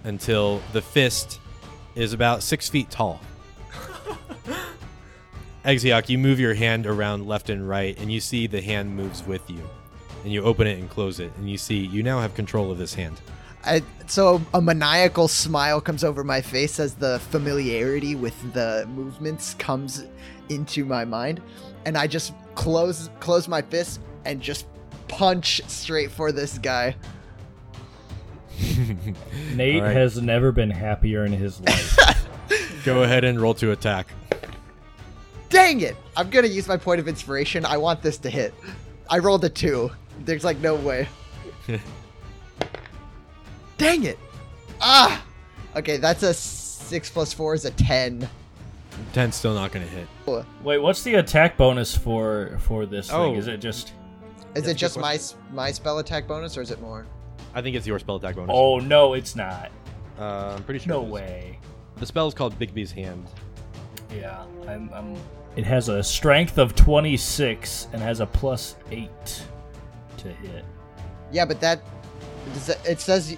S5: until the fist is about six feet tall. Exioc, you move your hand around left and right, and you see the hand moves with you. And you open it and close it, and you see you now have control of this hand.
S4: I, so a maniacal smile comes over my face as the familiarity with the movements comes into my mind, and I just close close my fist and just punch straight for this guy.
S5: All
S3: Nate
S5: right.
S3: has never been happier in his life.
S5: Go ahead and roll to attack.
S4: Dang it! I'm gonna use my point of inspiration. I want this to hit. I rolled a two. There's like no way. Dang it! Ah. Okay, that's a six plus four is a ten.
S5: 10's still not going to hit.
S3: Wait, what's the attack bonus for for this
S5: Oh.
S3: thing? Is it just
S4: Is
S5: That's a
S4: it
S5: good
S4: just my s- my spell attack bonus, or is it more?
S5: I think it's your spell attack bonus.
S3: Oh no, it's not.
S5: Uh, I'm pretty sure.
S3: No
S5: it is.
S3: way.
S5: The spell is called Bigby's Hand.
S3: Yeah, I'm, I'm It has a strength of 26 and has a plus 8 to hit.
S4: Yeah, but that does that- it says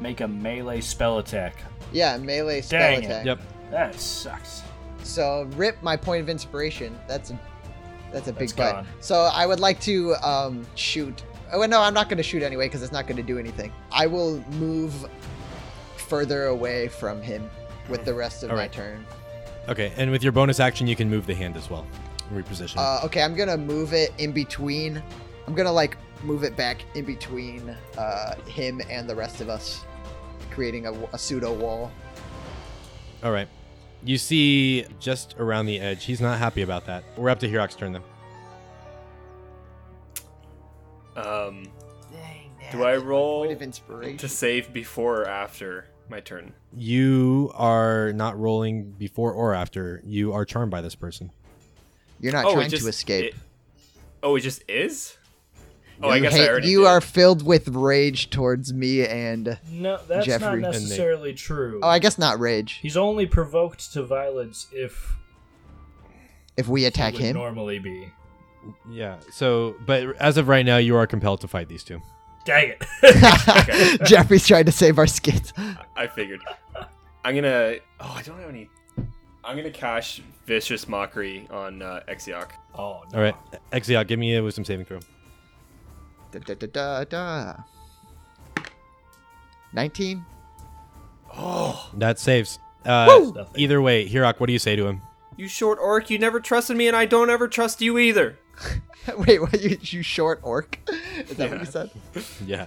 S3: Make a melee spell attack.
S4: yeah melee spell
S3: Dang it.
S4: attack.
S5: Yep.
S3: That sucks.
S4: So rip my point of inspiration. That's a that's a big
S3: That's
S4: butt.
S3: gone.
S4: So I would like to um, shoot. Oh well, no, I'm not going to shoot anyway because it's not going to do anything. I will move further away from him with the rest of
S5: All
S4: my
S5: right.
S4: turn.
S5: Okay, and with your bonus action, you can move the hand as well. Reposition.
S4: Uh, okay, I'm gonna move it in between. I'm gonna like move it back in between uh, him and the rest of us, creating a, a pseudo wall.
S5: All right. You see just around the edge. He's not happy about that. We're up to Hirok's turn, though.
S2: Um,
S4: Dang.
S2: Do I roll
S4: Point of inspiration.
S2: to save before or after my turn?
S5: You are not rolling before or after. You are charmed by this person.
S4: You're not
S2: Oh, it
S4: trying
S2: just-
S4: to escape.
S2: it- oh, it just is. Oh, I
S4: you
S2: guess I
S4: hate-
S2: already.
S4: you
S2: did.
S4: are filled with rage towards me and
S3: No, that's
S4: Jeffrey.
S3: not
S4: And
S5: they-
S3: necessarily true.
S4: oh, I guess not rage.
S3: He's only provoked to violence if
S4: If we
S3: he
S4: attack
S3: would
S4: him,
S3: normally be.
S5: Yeah. So, but as of right now, you are compelled to fight these two.
S3: Dang it.
S4: Jeffrey's trying to save our skins.
S2: I figured. I'm gonna. Oh, I don't have any. I'm gonna cash vicious mockery on uh, Exioc.
S3: oh, no.
S5: All right. Exia, give me a wisdom saving throw.
S4: Da, da, da, da, da. Nineteen.
S5: That saves. Uh,
S3: Nothing.
S5: either way, Hirok, what do you say to him?
S2: You short orc, you never trusted me, and I don't ever trust you either.
S4: Wait, what? You, you short orc? Is that what you said?
S5: Yeah.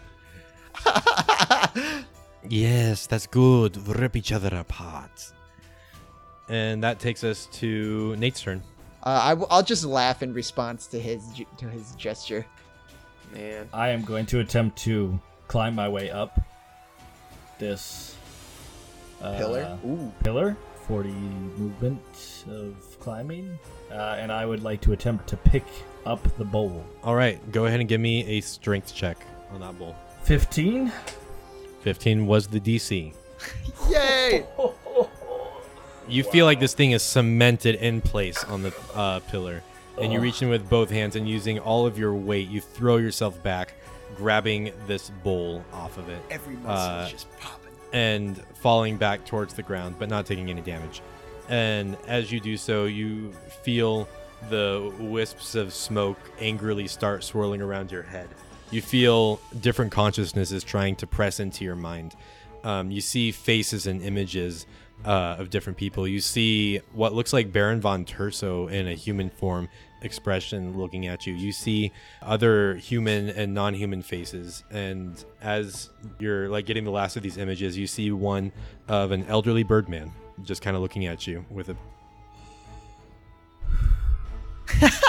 S5: yes, that's good. Rip each other apart. And that takes us to Nate's turn.
S4: Uh, I w- I'll just laugh in response to his ge- to his gesture.
S2: Man,
S3: I am going to attempt to climb my way up this uh,
S4: Pillar. Ooh.
S3: Pillar, 40 movement of climbing, uh, and I would like to attempt to pick up the bowl.
S5: All right, go ahead and give me a strength check on that bull.
S3: 15?
S5: 15 was the DC.
S4: Yay!
S5: You feel like this thing is cemented in place on the uh, pillar, and you reach in with both hands and using all of your weight, you throw yourself back, grabbing this bowl off of it. Every muscle
S4: Uh,
S5: is just popping. And falling back towards the ground, but not taking any damage. And as you do so, you feel the wisps of smoke angrily start swirling around your head. You feel different consciousnesses trying to press into your mind. Um, you see faces and images uh, of different people. You see what looks like Baron von Terso in a human form expression looking at you. You see other human and non-human faces, and as you're like getting the last of these images, you see one of an elderly birdman just kind of looking at you with a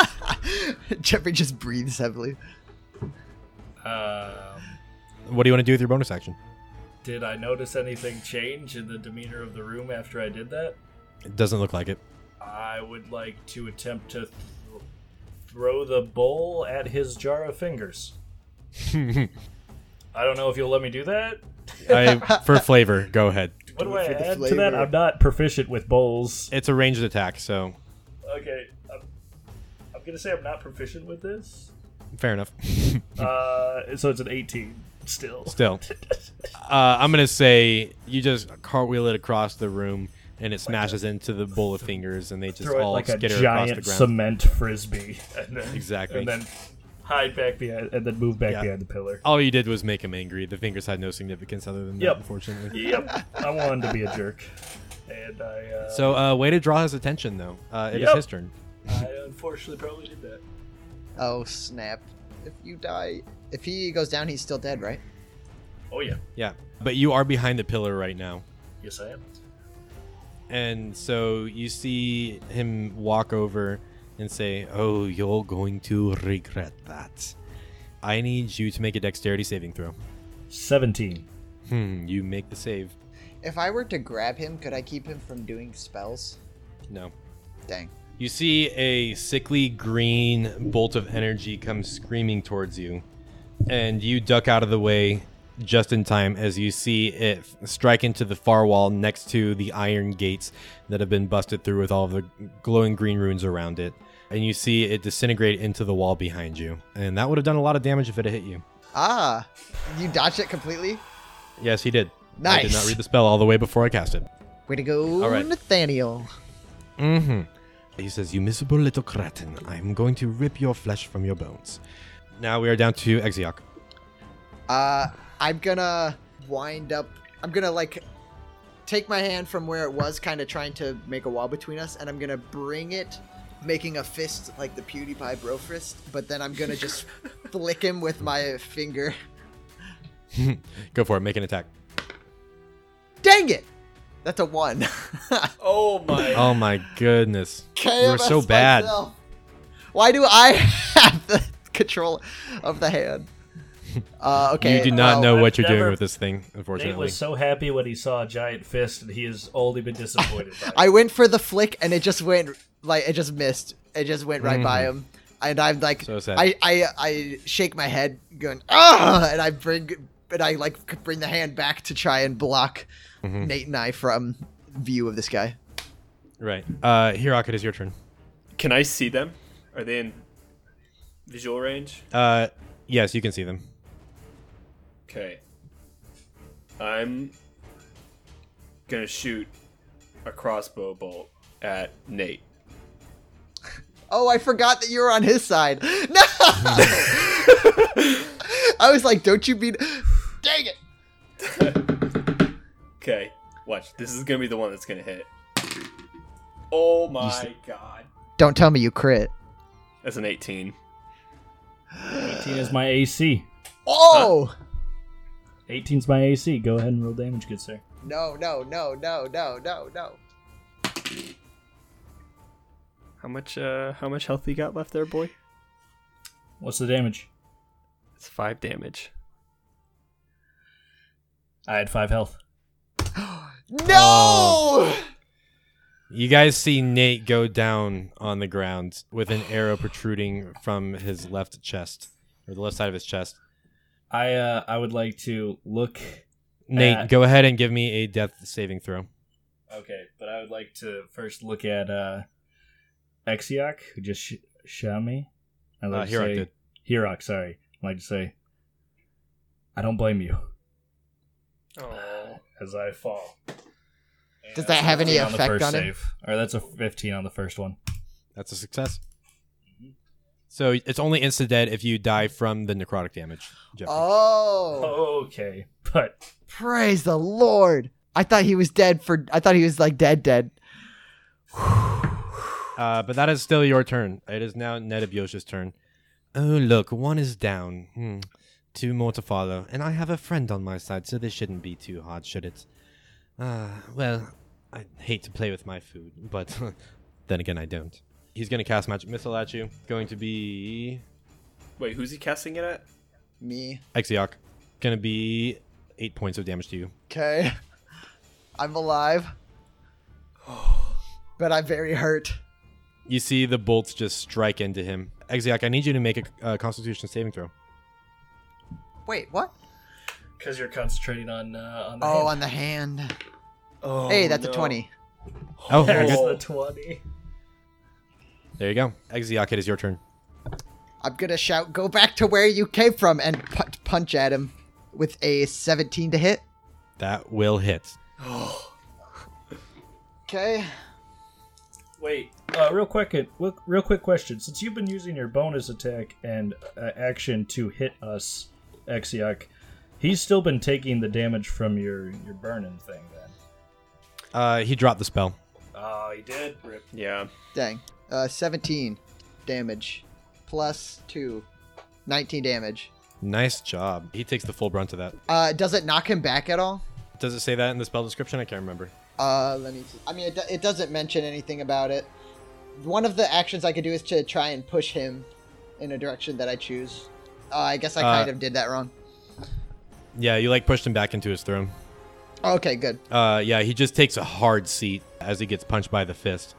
S4: Jeffrey just breathes heavily.
S3: Um,
S5: What do you want to do with your bonus action?
S3: did I notice anything change in the demeanor of the room after I did that?
S5: It doesn't look like it.
S3: I would like to attempt to th- throw the bowl at his jar of fingers. I don't know if you'll let me do that.
S5: I, for flavor, go ahead.
S3: What do,
S4: it
S3: I
S4: for the
S3: add to
S4: flavor.
S3: that? I'm not proficient with bowls.
S5: It's a ranged attack, so
S3: Okay, I'm, I'm gonna say I'm not proficient with this.
S5: fair enough.
S3: Uh, so it's an 18 still.
S5: Still, uh, I'm gonna say you just cartwheel it across the room, and it smashes into the bowl of fingers, and they just
S3: Throw it
S5: all
S3: like a
S5: skitter across the
S3: giant
S5: ground.
S3: cement frisbee, and then,
S5: Exactly.
S3: and then hide back behind, and then move back
S5: Yeah.
S3: behind the pillar.
S5: all you did was make him angry. The fingers had no significance other than
S3: Yep.
S5: that, unfortunately.
S3: Yep, I wanted to be a jerk, and I. Uh,
S5: So, uh, way to draw his attention, though. Uh, it is
S3: Yep.
S5: his turn.
S3: I unfortunately probably did that.
S4: Oh snap! If you die, if he goes down, he's still dead, right?
S3: Oh yeah,
S5: Yeah, but you are behind the pillar right now.
S3: yes I am.
S5: And so you see him walk over and say, Oh, you're going to regret that. I need you to make a dexterity saving throw.
S3: 17.
S5: Hmm, you make the save.
S4: If I were to grab him, could I keep him from doing spells?
S5: No.
S4: Dang.
S5: You see a sickly green bolt of energy come screaming towards you, and you duck out of the way just in time as you see it f- strike into the far wall next to the iron gates that have been busted through with all of the glowing green runes around it. And you see it disintegrate into the wall behind you. And that would have done a lot of damage if it had hit you.
S4: Ah, you dodged it completely.
S5: Yes, he did. I did
S4: Nice.
S5: not read the spell all the way before I cast it.
S4: Way to go,
S5: All right.
S4: Nathaniel.
S5: Mm-hmm. He says, You miserable little cretin, I'm going to rip your flesh from your bones. Now we are down to Exioc.
S4: Uh, I'm gonna wind up. I'm gonna like take my hand from where it was, kind of trying to make a wall between us, and I'm gonna bring it, making a fist like the PewDiePie bro fist. But then I'm gonna just flick him with my finger.
S5: Go for it. Make an attack.
S4: Dang it! That's a one.
S2: Oh my.
S5: Oh my goodness. you were
S4: KMS
S5: so bad.
S4: myself. Why do I have the control of the hand? Uh, okay.
S5: You do not
S4: well,
S5: know what
S3: I've
S5: you're doing
S3: never-
S5: with this thing,
S3: Nate
S5: unfortunately.
S3: was so happy when he saw a giant fist, and he has only been disappointed. By it.
S4: I went for the flick and it just went like it just missed. It just went right by him, and I'm like,
S5: Mm-hmm. So sad.
S4: I, I I shake my head, going ah, and I bring and I like bring the hand back to try and block
S5: Mm-hmm.
S4: Nate and I from view of this guy.
S5: Right. Uh, Hirok, it is your turn.
S2: Can I see them? Are they in visual range?
S5: Uh, yes, you can see them.
S2: Okay. I'm gonna shoot a crossbow bolt at Nate.
S4: Oh, I forgot that you were on his side. No, I was like, don't you be, dang it.
S2: Okay, watch. This is gonna be the one that's gonna hit. Oh my god.
S4: Don't tell me you crit.
S2: That's an 18.
S3: 18 is my AC.
S4: Oh
S3: 18's my AC. Go ahead and roll damage, good sir.
S4: no no no no no no no.
S2: How much uh how much health you got left there, boy?
S3: What's the damage?
S2: It's 5 damage.
S3: I had five health.
S4: No! Oh.
S5: You guys see Nate go down on the ground with an arrow protruding from his left chest, or the left side of his chest.
S3: I uh, I would like to look.
S5: Nate,
S3: Uh,
S5: go ahead and give me a death saving throw.
S3: Okay, but I would like to first look at uh, Exioc, who just sh- shot me. I'd
S5: Uh,
S3: like to
S5: Hirok
S3: say-
S5: did.
S3: Hirok, sorry. I'd like to say, I don't blame you.
S2: Oh.
S3: As I fall.
S4: Does that have any
S3: 15 the
S4: effect
S3: first
S4: on him?
S3: save. Or that's a 15 on the first one.
S5: That's a success. So it's only insta dead if you die from the necrotic damage. Jeffrey.
S4: Oh,
S3: Okay, but
S4: praise the Lord! I thought he was dead for. I thought he was like dead, dead.
S5: Uh, but that is still your turn. It is now Ned of Yosha's turn. Oh, look, one is down. Hmm. Two more to follow. And I have a friend on my side, so this shouldn't be too hard, should it? Ah, well, I hate to play with my food, but then again, I don't. He's going to cast Magic Missile at you. Going to be.
S2: Wait, who's he casting it at?
S4: Me.
S5: Exioc. Going to be eight points of damage to you.
S4: Okay, I'm alive, but I'm very hurt.
S5: You see the bolts just strike into him. Exioc, I need you to make a uh, Constitution saving throw.
S4: Wait, what?
S3: because you're concentrating on uh, on the
S4: Oh,
S3: hand.
S4: on the hand.
S2: Oh.
S4: hey, that's a
S2: no.
S4: twenty.
S5: Oh, very
S3: There's
S5: good.
S3: the twenty.
S5: There you go. Exioc, it is your turn.
S4: I'm gonna shout, "Go back to where you came from!" and pu- punch at him with a 17 to hit.
S5: That will hit.
S4: Okay.
S3: Wait, uh, real quick, uh, real- real quick question. Since you've been using your bonus attack and uh, action to hit us, Exioc, he's still been taking the damage from your your burning thing. Then.
S5: Uh, he dropped the spell.
S3: Oh, he did. Rip.
S2: Yeah.
S4: Dang. Uh, 17 damage plus 2. 19 damage.
S5: Nice job. He takes the full brunt of that.
S4: Uh, does it knock him back at all?
S5: Does it say that in the spell description? I can't remember.
S4: Uh, let me. I mean, it, do- it doesn't mention anything about it. One of the actions I could do is to try and push him in a direction that I choose. Uh, I guess I
S5: Uh,
S4: kind of did that wrong.
S5: Yeah, you like pushed him back into his throne.
S4: Okay, good.
S5: Uh, yeah, he just takes a hard seat as he gets punched by the fist.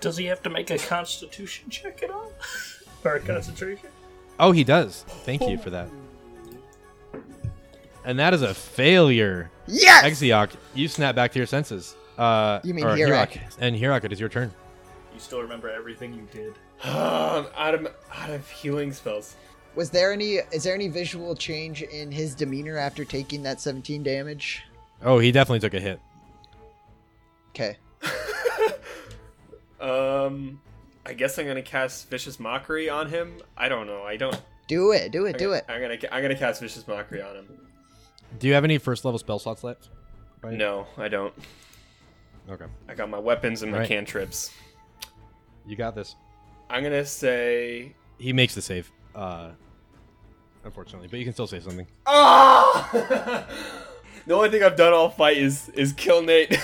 S3: Does he have to make a Constitution check at all, or a concentration?
S5: Oh, he does. Thank you for that. And that is a failure.
S4: Yes.
S5: Exioc, you snap back to your senses. Uh,
S4: You mean
S5: or
S4: Hirok.
S5: And Hirok, it is your turn.
S3: You still remember everything you did.
S2: I'm out of out of healing spells.
S4: Was there any? Is there any visual change in his demeanor after taking that 17 damage?
S5: Oh, he definitely took a hit.
S4: Okay.
S2: Um I guess I'm gonna cast vicious mockery on him. I don't know. I don't.
S4: Do it. Do it.
S2: I'm
S4: Do
S2: gonna-
S4: it.
S2: I'm gonna. I'm gonna cast vicious mockery on him.
S5: Do you have any first level spell slots left? Right?
S2: No, I don't.
S5: Okay.
S2: I got my weapons and my
S5: Right.
S2: cantrips.
S5: You got this.
S2: I'm gonna say.
S5: He makes the save. Uh, unfortunately, but you can still say something.
S2: Ah! the only thing I've done all fight is is kill Nate.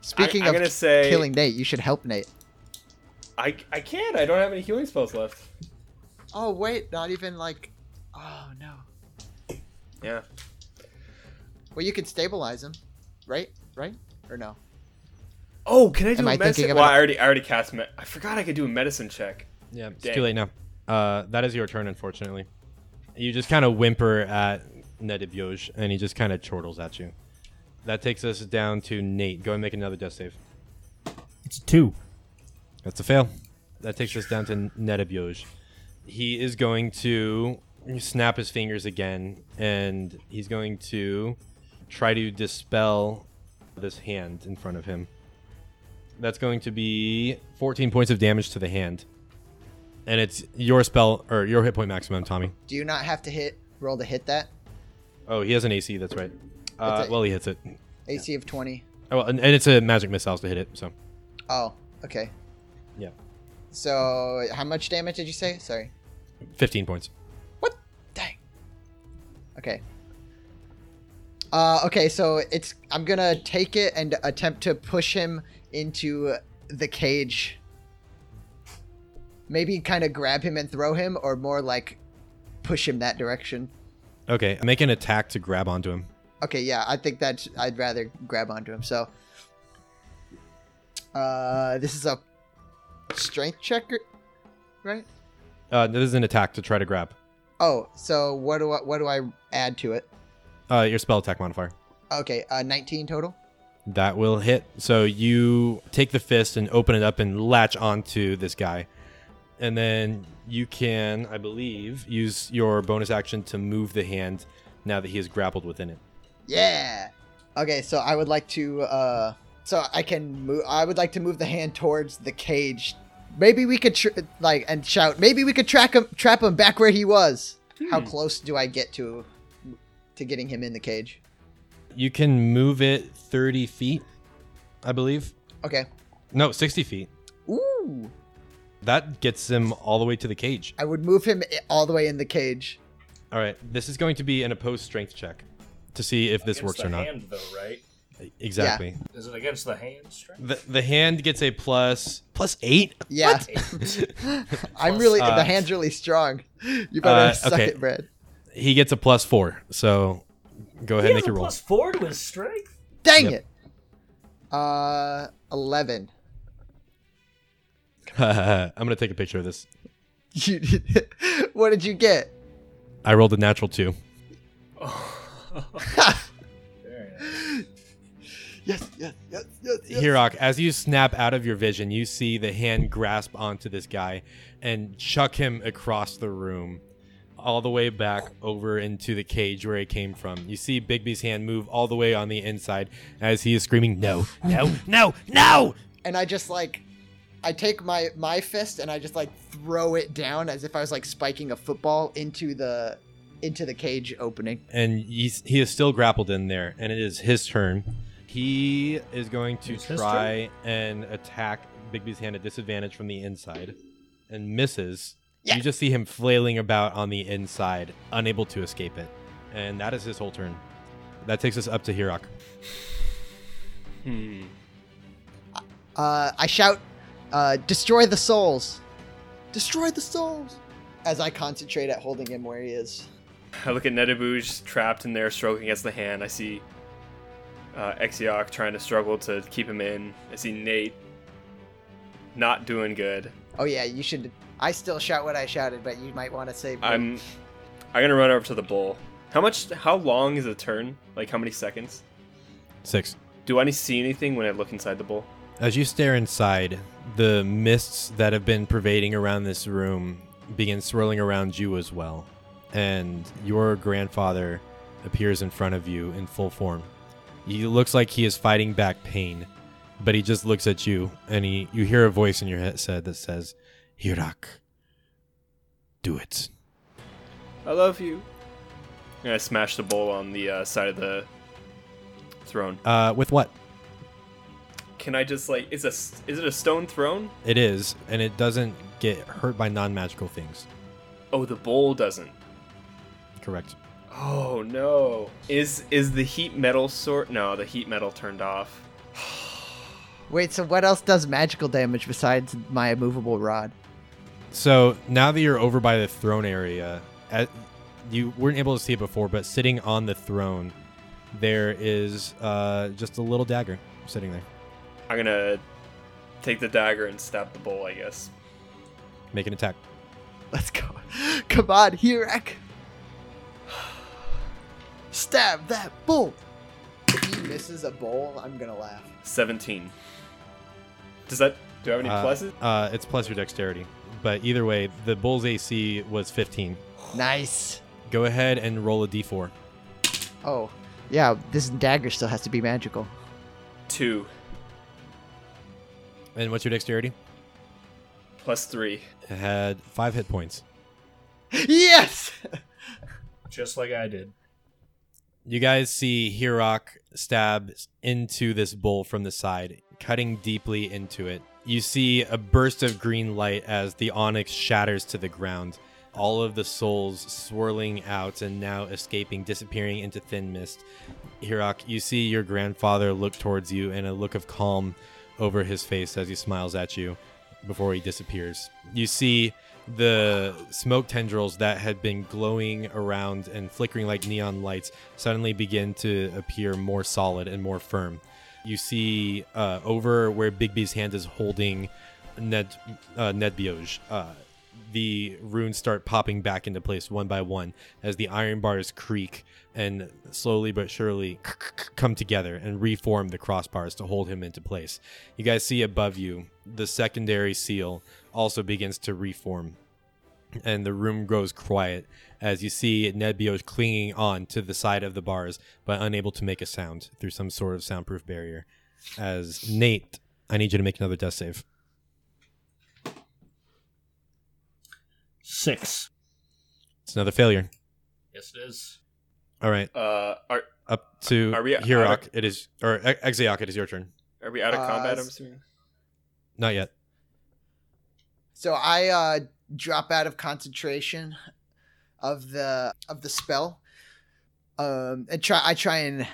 S4: Speaking
S2: I'm
S4: of
S2: gonna say-
S4: killing Nate, you should help Nate.
S2: I I can't. I don't have any healing spells left.
S4: Oh wait, not even like. Oh no.
S2: Yeah.
S4: Well, you could stabilize him, right? Right or no?
S2: Oh, can I do
S4: Am
S2: a
S4: I
S2: medicine?
S4: thinking of
S2: well,
S4: an-
S2: I already I already cast. Me- I forgot I could do a medicine check.
S5: Yeah, it's
S2: Dang.
S5: too late now. Uh, that is your turn, unfortunately. You just kind of whimper at Nedibjoj, and he just kind of chortles at you. That takes us down to Nate. Go and make another death save.
S8: It's a two.
S5: That's a fail. That takes us down to Nedibjoj. He is going to snap his fingers again, and he's going to try to dispel this hand in front of him. That's going to be 14 points of damage to the hand. And it's your spell or your hit point maximum, Tommy.
S4: Do you not have to hit roll to hit that
S5: Oh, he has an AC. That's right. Uh,
S4: That's it.
S5: well, he hits it.
S4: AC of twenty?
S5: Oh, and, and it's a magic missile to hit it. So
S4: Oh, okay.
S5: Yeah.
S4: So how much damage did you say? Sorry.
S5: 15 points.
S4: What? Dang. Okay. Uh, okay, so it's I'm gonna take it and attempt to push him into the cage. Maybe kind of grab him and throw him, or more like push him that direction.
S5: Okay, make an attack to grab onto him.
S4: Okay, yeah, I think that's I'd rather grab onto him. So, uh, this is a strength check, right?
S5: Uh, this is an attack to try to grab.
S4: Oh, so what do I what do I add to it?
S5: Uh, your spell attack modifier.
S4: Okay, uh, 19 total.
S5: That will hit. So you take the fist and open it up and latch onto this guy. And then you can, I believe, use your bonus action to move the hand now that he is grappled within it.
S4: Yeah. Okay, so I would like to uh so I can move I would like to move the hand towards the cage. Maybe we could tr- like and shout, maybe we could track him trap him back where he was. How close do I get to to getting him in the cage?
S5: You can move it 30 feet, I believe.
S4: Okay.
S5: No, 60 feet.
S4: Ooh.
S5: That gets him all the way to the cage.
S4: I would move him i- all the way in the cage.
S5: All right. This is going to be an opposed strength check to see if this
S3: Against
S5: works
S3: the
S5: or not.
S3: Hand though, right?
S5: Exactly.
S3: Is it against the hand strength?
S5: The, the hand gets a plus plus eight.
S4: Yeah. I'm really
S5: Uh,
S4: the hand's really strong. You better
S5: uh,
S4: suck
S5: okay.
S4: it, Brad.
S5: He gets a plus four. So go
S7: He
S5: ahead
S7: has
S5: and make
S7: a
S5: your roll.
S7: plus four to his strength.
S4: Dang
S5: Yep.
S4: it. Uh 11.
S5: I'm gonna take a picture of this.
S4: You did- what did you get?
S5: I rolled a natural two.
S4: Yes, yes, yes, yes. yes.
S5: Hirok, as you snap out of your vision, you see the hand grasp onto this guy and chuck him across the room, all the way back over into the cage where he came from. You see Bigby's hand move all the way on the inside as he is screaming, "No, no, no, no!"
S4: and I just like I take my my fist and I just like throw it down as if I was like spiking a football into the into the cage opening.
S5: and he's, he is still grappled in there, and it is his turn. He is going to
S7: It's his
S5: try and attack Bigby's hand at disadvantage from the inside, and misses.
S4: Yeah.
S5: You just see him flailing about on the inside, unable to escape it, and that is his whole turn. That takes us up to Hirok.
S2: Hmm.
S4: Uh, I shout, uh, "Destroy the souls! Destroy the souls!" As I concentrate at holding him where he is.
S2: I look at Nedibuj trapped in there, struggling against the hand. I see uh, Exioc trying to struggle to keep him in. I see Nate not doing good.
S4: Oh yeah, you should. I still shout what I shouted, but you might want to save. me.
S2: I'm I'm gonna run over to the bull. How much? How long is a turn? Like how many seconds?
S5: Six.
S2: Do I see anything when I look inside the bull?
S5: As you stare inside, the mists that have been pervading around this room begin swirling around you as well. And your grandfather appears in front of you in full form. He looks like he is fighting back pain, but he just looks at you and he you hear a voice in your head said that says, "Hirak, do it."
S2: I love you. And I smashed the bowl on the uh, side of the throne.
S5: Uh, with what?
S2: Can I just like is a s- is it a stone throne?
S5: It is, and it doesn't get hurt by non magical things.
S2: Oh, the bowl doesn't.
S5: Correct.
S2: Oh no. Is is the heat metal sort? No, the heat metal turned off.
S4: Wait, so what else does magical damage besides my immovable rod?
S5: So now that you're over by the throne area, at, you weren't able to see it before, but sitting on the throne, there is uh, just a little dagger sitting there.
S2: I'm gonna take the dagger and stab the bowl. I guess.
S5: Make an attack.
S4: Let's go. Come on, Hirak. Stab that bull. If he misses a bull, I'm gonna laugh.
S2: Seventeen. Does that? Do I have any
S5: Uh,
S2: pluses?
S5: Uh, it's plus your dexterity, but either way, the bull's AC was 15.
S4: Nice.
S5: Go ahead and roll a d4.
S4: Oh, yeah. This dagger still has to be magical.
S2: Two
S5: And what's your dexterity?
S2: plus three.
S5: It had five hit points.
S4: Yes.
S3: Just like I did.
S5: You guys see E Hirok stab into this bull from the side, cutting deeply into it. You see a burst of green light as the onyx shatters to the ground, all of the souls swirling out and now escaping, disappearing into thin mist. E Hirok, you see your grandfather look towards you and a look of calm over his face as he smiles at you before he disappears. You see the smoke tendrils that had been glowing around and flickering like neon lights suddenly begin to appear more solid and more firm. You see uh, over where Bigby's hand is holding Ned uh, Nedbioj, uh, the runes start popping back into place one by one as the iron bars creak and slowly but surely come together and reform the crossbars to hold him into place. You guys see above you the secondary seal also begins to reform, and the room grows quiet as you see Nedbio clinging on to the side of the bars but unable to make a sound through some sort of soundproof barrier. As Nate, I need you to make another death save.
S7: Six.
S5: It's another failure.
S3: Yes, it is.
S5: All right,
S2: Uh, are
S5: up to
S2: Are we out of-
S5: Hirok. It is or E- Exeok. It is your turn.
S2: are we out of
S4: Uh,
S2: combat? I'm
S4: s-
S2: assuming.
S5: Not yet.
S4: So I uh, drop out of concentration of the of the spell, um, and try I try and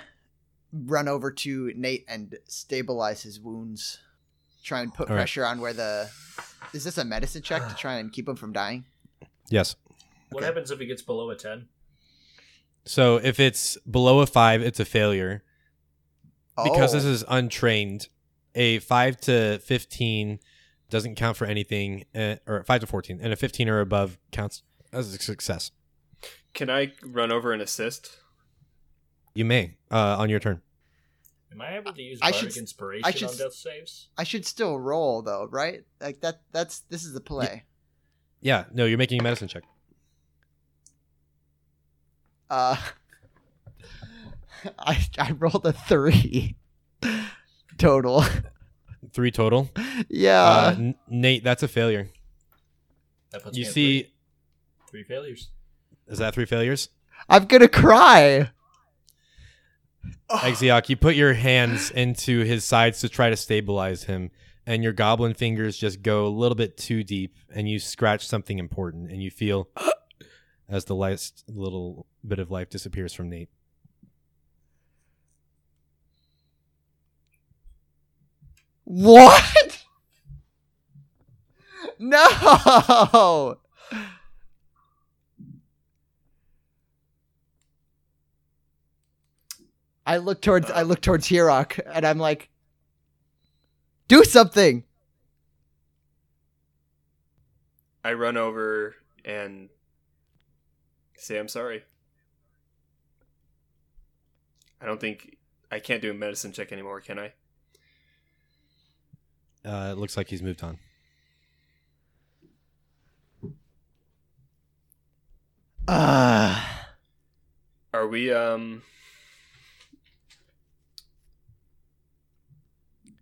S4: run over to Nate and stabilize his wounds. Try and put
S5: All right.
S4: pressure on where the is this a medicine check to try and keep him from dying?
S5: Yes.
S3: What happens if he gets below a ten?
S5: So if it's below a five, it's a failure. because
S4: Oh.
S5: this is untrained a 5 to 15 doesn't count for anything uh, or 5 to 14 and a 15 or above counts as a success
S2: Can I run over and assist?
S5: you may uh, on your turn
S3: Am I able to use
S4: I
S3: bardic
S4: should-
S3: inspiration
S4: I should
S3: on
S4: s-
S3: death saves?
S4: I should still roll though, right? Like that. That's this is the play.
S5: yeah no you're making a medicine check
S4: Uh, I I rolled a three total.
S5: three total
S4: yeah.
S5: uh, N- nate that's a failure
S3: That puts
S5: you
S3: me at
S5: see
S3: three, three failures.
S5: is that three failures
S4: I'm gonna cry.
S5: Exioc, you put your hands into his sides to try to stabilize him, and your goblin fingers just go a little bit too deep, and you scratch something important, and you feel as the last little bit of life disappears from Nate.
S4: What? No. I look towards I look towards Hirok and I'm like, do something.
S2: I run over and say I'm sorry. I don't think I can't do a medicine check anymore, can I?
S5: Uh, it looks like he's moved on.
S4: Uh,
S2: Are we um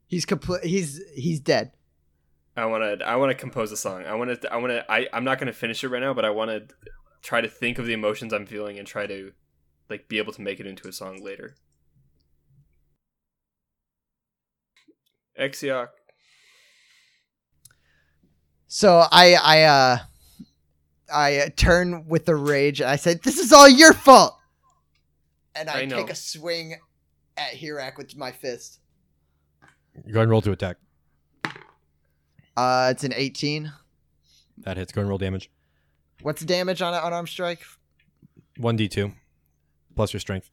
S4: he's complete. He's he's dead.
S2: I want to I want to compose a song. I want to I want to I I'm not going to finish it right now, but I want to try to think of the emotions I'm feeling and try to like be able to make it into a song later. Exioc.
S4: So I I uh I uh, turn with the rage and I said, "This is all your fault." And I,
S2: I know.
S4: take a swing at Hirak with my fist.
S5: Go ahead and roll to attack.
S4: Uh, it's an 18.
S5: That hits. Go ahead and roll damage.
S4: What's the damage on an unarmed strike?
S5: 1d2 plus your strength.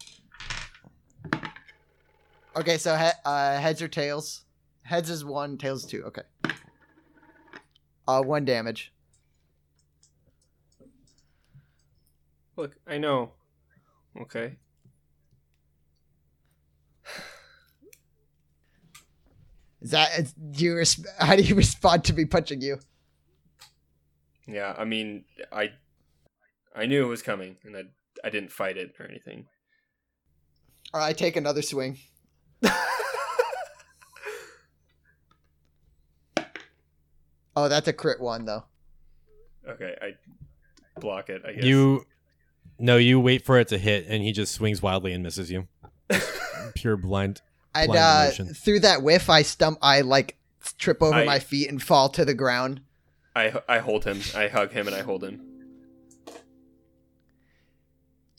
S4: Okay, so he- uh, heads or tails? Heads is one, tails is two. Okay. Uh, one damage.
S2: Look, I know. Okay.
S4: Is that is, do you? Res- how do you respond to me punching you?
S2: Yeah, I mean, I I knew it was coming and I I didn't fight it or anything.
S4: Or I take another swing. oh, that's a crit one though.
S2: Okay, I block it, I guess.
S5: You no, you wait for it to hit, and he just swings wildly and misses you. Pure blind.
S4: And
S5: Blind
S4: uh,
S5: emotion.
S4: through that whiff, I stump. I like trip over
S2: I-
S4: my feet and fall to the ground.
S2: I I hold him. I hug him and I hold him.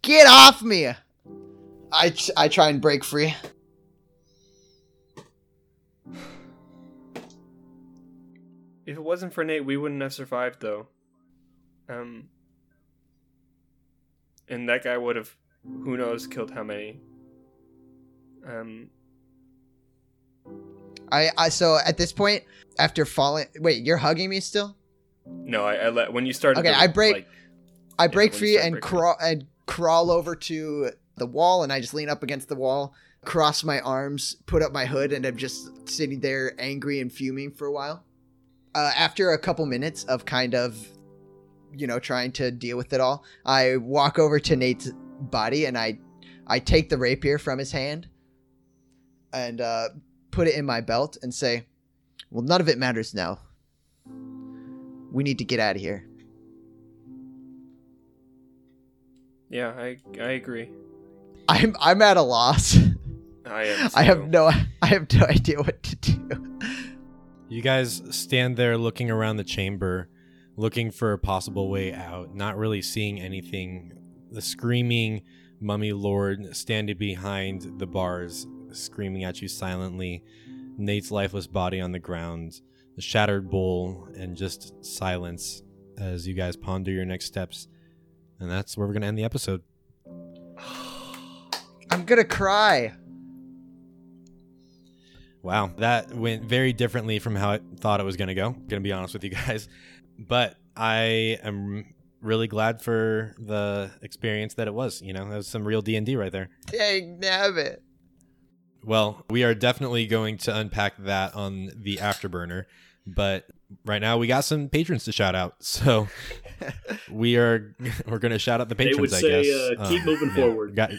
S4: Get off me! I ch- I try and break free.
S2: If it wasn't for Nate, we wouldn't have survived though. Um and that guy would have who knows killed how many. Um
S4: I I so at this point, after falling, wait, you're hugging me still?
S2: no, I, I let when you started
S4: Okay,
S2: the-
S4: I break-
S2: like,
S4: I break
S2: when you
S4: free
S2: start
S4: and
S2: breaking.
S4: crawl and crawl over to the wall, and I just lean up against the wall, cross my arms, put up my hood, and I'm just sitting there angry and fuming for a while. Uh, after a couple minutes of kind of, you know, trying to deal with it all, I walk over to Nate's body and I, I take the rapier from his hand, and uh, put it in my belt and say, "Well, none of it matters now. We need to get out of here."
S2: Yeah, I I agree.
S4: I'm I'm at a loss.
S2: I am
S4: I have
S2: too.
S4: no I have no idea what to do.
S5: You guys stand there looking around the chamber, looking for a possible way out, not really seeing anything. The screaming mummy lord standing behind the bars, screaming at you silently. Nate's lifeless body on the ground, the shattered bowl, and just silence as you guys ponder your next steps. And that's where we're going to end the episode.
S4: I'm gonna cry.
S5: Wow, that went very differently from how I thought it was going to go. Going to be honest with you guys, but I am really glad for the experience that it was. You know, that was some real D and D right there.
S4: Dang nabbit.
S5: Well, we are definitely going to unpack that on the afterburner, but right now we got some patrons to shout out, so we are we're going to shout out the patrons.
S9: would
S5: I
S9: say,
S5: guess.
S9: uh, keep moving forward.
S5: Got-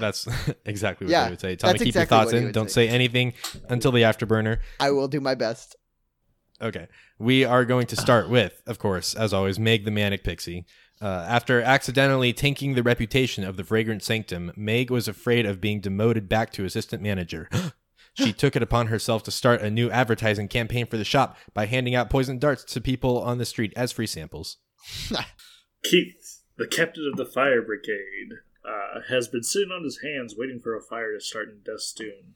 S5: that's exactly what
S4: Yeah,
S5: they would say. Tommy,
S4: that's
S5: keep
S4: exactly
S5: your
S4: what
S5: thoughts
S4: he
S5: in.
S4: would
S5: Don't
S4: say.
S5: say anything until the afterburner.
S4: I will do my best.
S5: Okay. We are going to start with, of course, as always, Meg the Manic Pixie. Uh, after accidentally tanking the reputation of the Fragrant Sanctum, Meg was afraid of being demoted back to assistant manager. she took it upon herself to start a new advertising campaign for the shop by handing out poison darts to people on the street as free samples.
S9: Keith, the captain of the fire brigade, uh, has been sitting on his hands waiting for a fire to start in Destoon.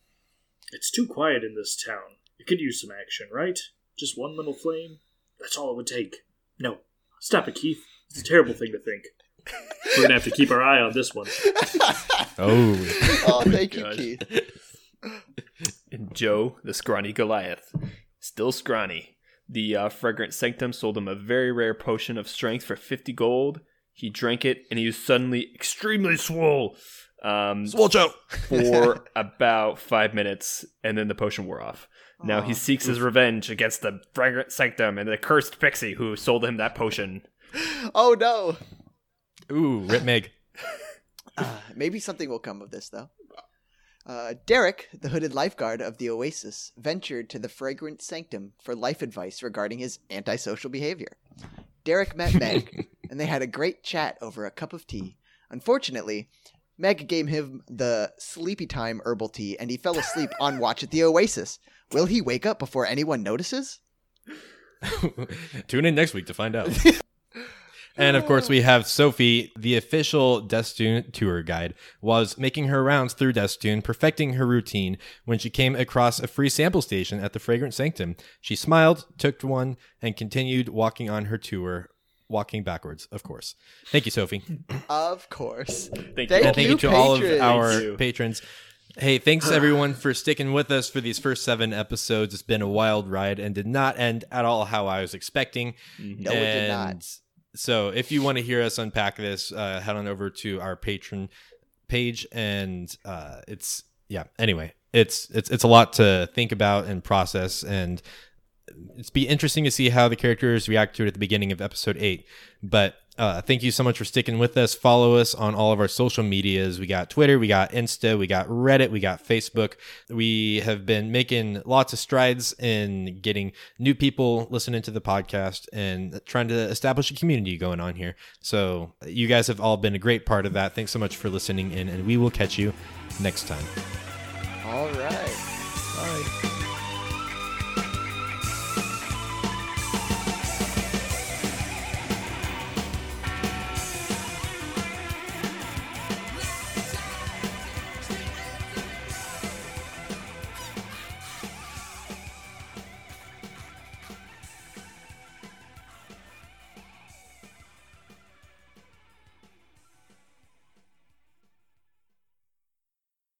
S9: It's too quiet in this town. It could use some action, right? Just one little flame? That's all it would take. No. Stop it, Keith. It's a terrible thing to think. We're going to have to keep our eye on this one.
S5: Oh.
S4: Oh, thank you,
S2: God.
S4: Keith.
S2: And Joe, the scrawny Goliath, still scrawny. The uh, fragrant sanctum sold him a very rare potion of strength for 50 gold. He drank it and he was suddenly extremely swole um,
S5: Swole Joe!
S2: for about five minutes, and then the potion wore off. Now he seeks his revenge against the fragrant sanctum and the cursed pixie who sold him that potion.
S4: Oh no.
S5: Ooh, rip Meg.
S4: Uh, maybe something will come of this though. Uh, Derek, the hooded lifeguard of the Oasis, ventured to the fragrant sanctum for life advice regarding his antisocial behavior. Derek met Meg, and they had a great chat over a cup of tea Unfortunately, Meg gave him the sleepy time herbal tea and he fell asleep on watch at the Oasis. Will he wake up before anyone notices?
S5: Tune in next week to find out. and of course, we have Sophie, the official Destoon tour guide, was making her rounds through Destoon, perfecting her routine when she came across a free sample station at the Fragrant Sanctum. She smiled, took one, and continued walking on her tour, walking backwards, of course. Thank you, Sophie.
S4: Of course.
S2: Thank
S4: Thank
S2: you.
S5: and thank you to all of
S2: Thank
S4: patrons.
S2: you.
S5: our patrons. Hey, thanks everyone for sticking with us for these first seven episodes. It's been a wild ride and did not end at all how I was expecting.
S4: No, it did not.
S5: So, if you want to hear us unpack this, uh, head on over to our patron page, and uh, it's yeah. Anyway, it's it's it's a lot to think about and process, and it's be interesting to see how the characters react to it at the beginning of episode eight. But uh, thank you so much for sticking with us. Follow us on all of our social medias. We got Twitter, we got Insta, we got Reddit, we got Facebook. We have been making lots of strides in getting new people listening to the podcast and trying to establish a community going on here. So you guys have all been a great part of that. Thanks so much for listening in, and we will catch you next time.
S4: All right.
S7: Bye.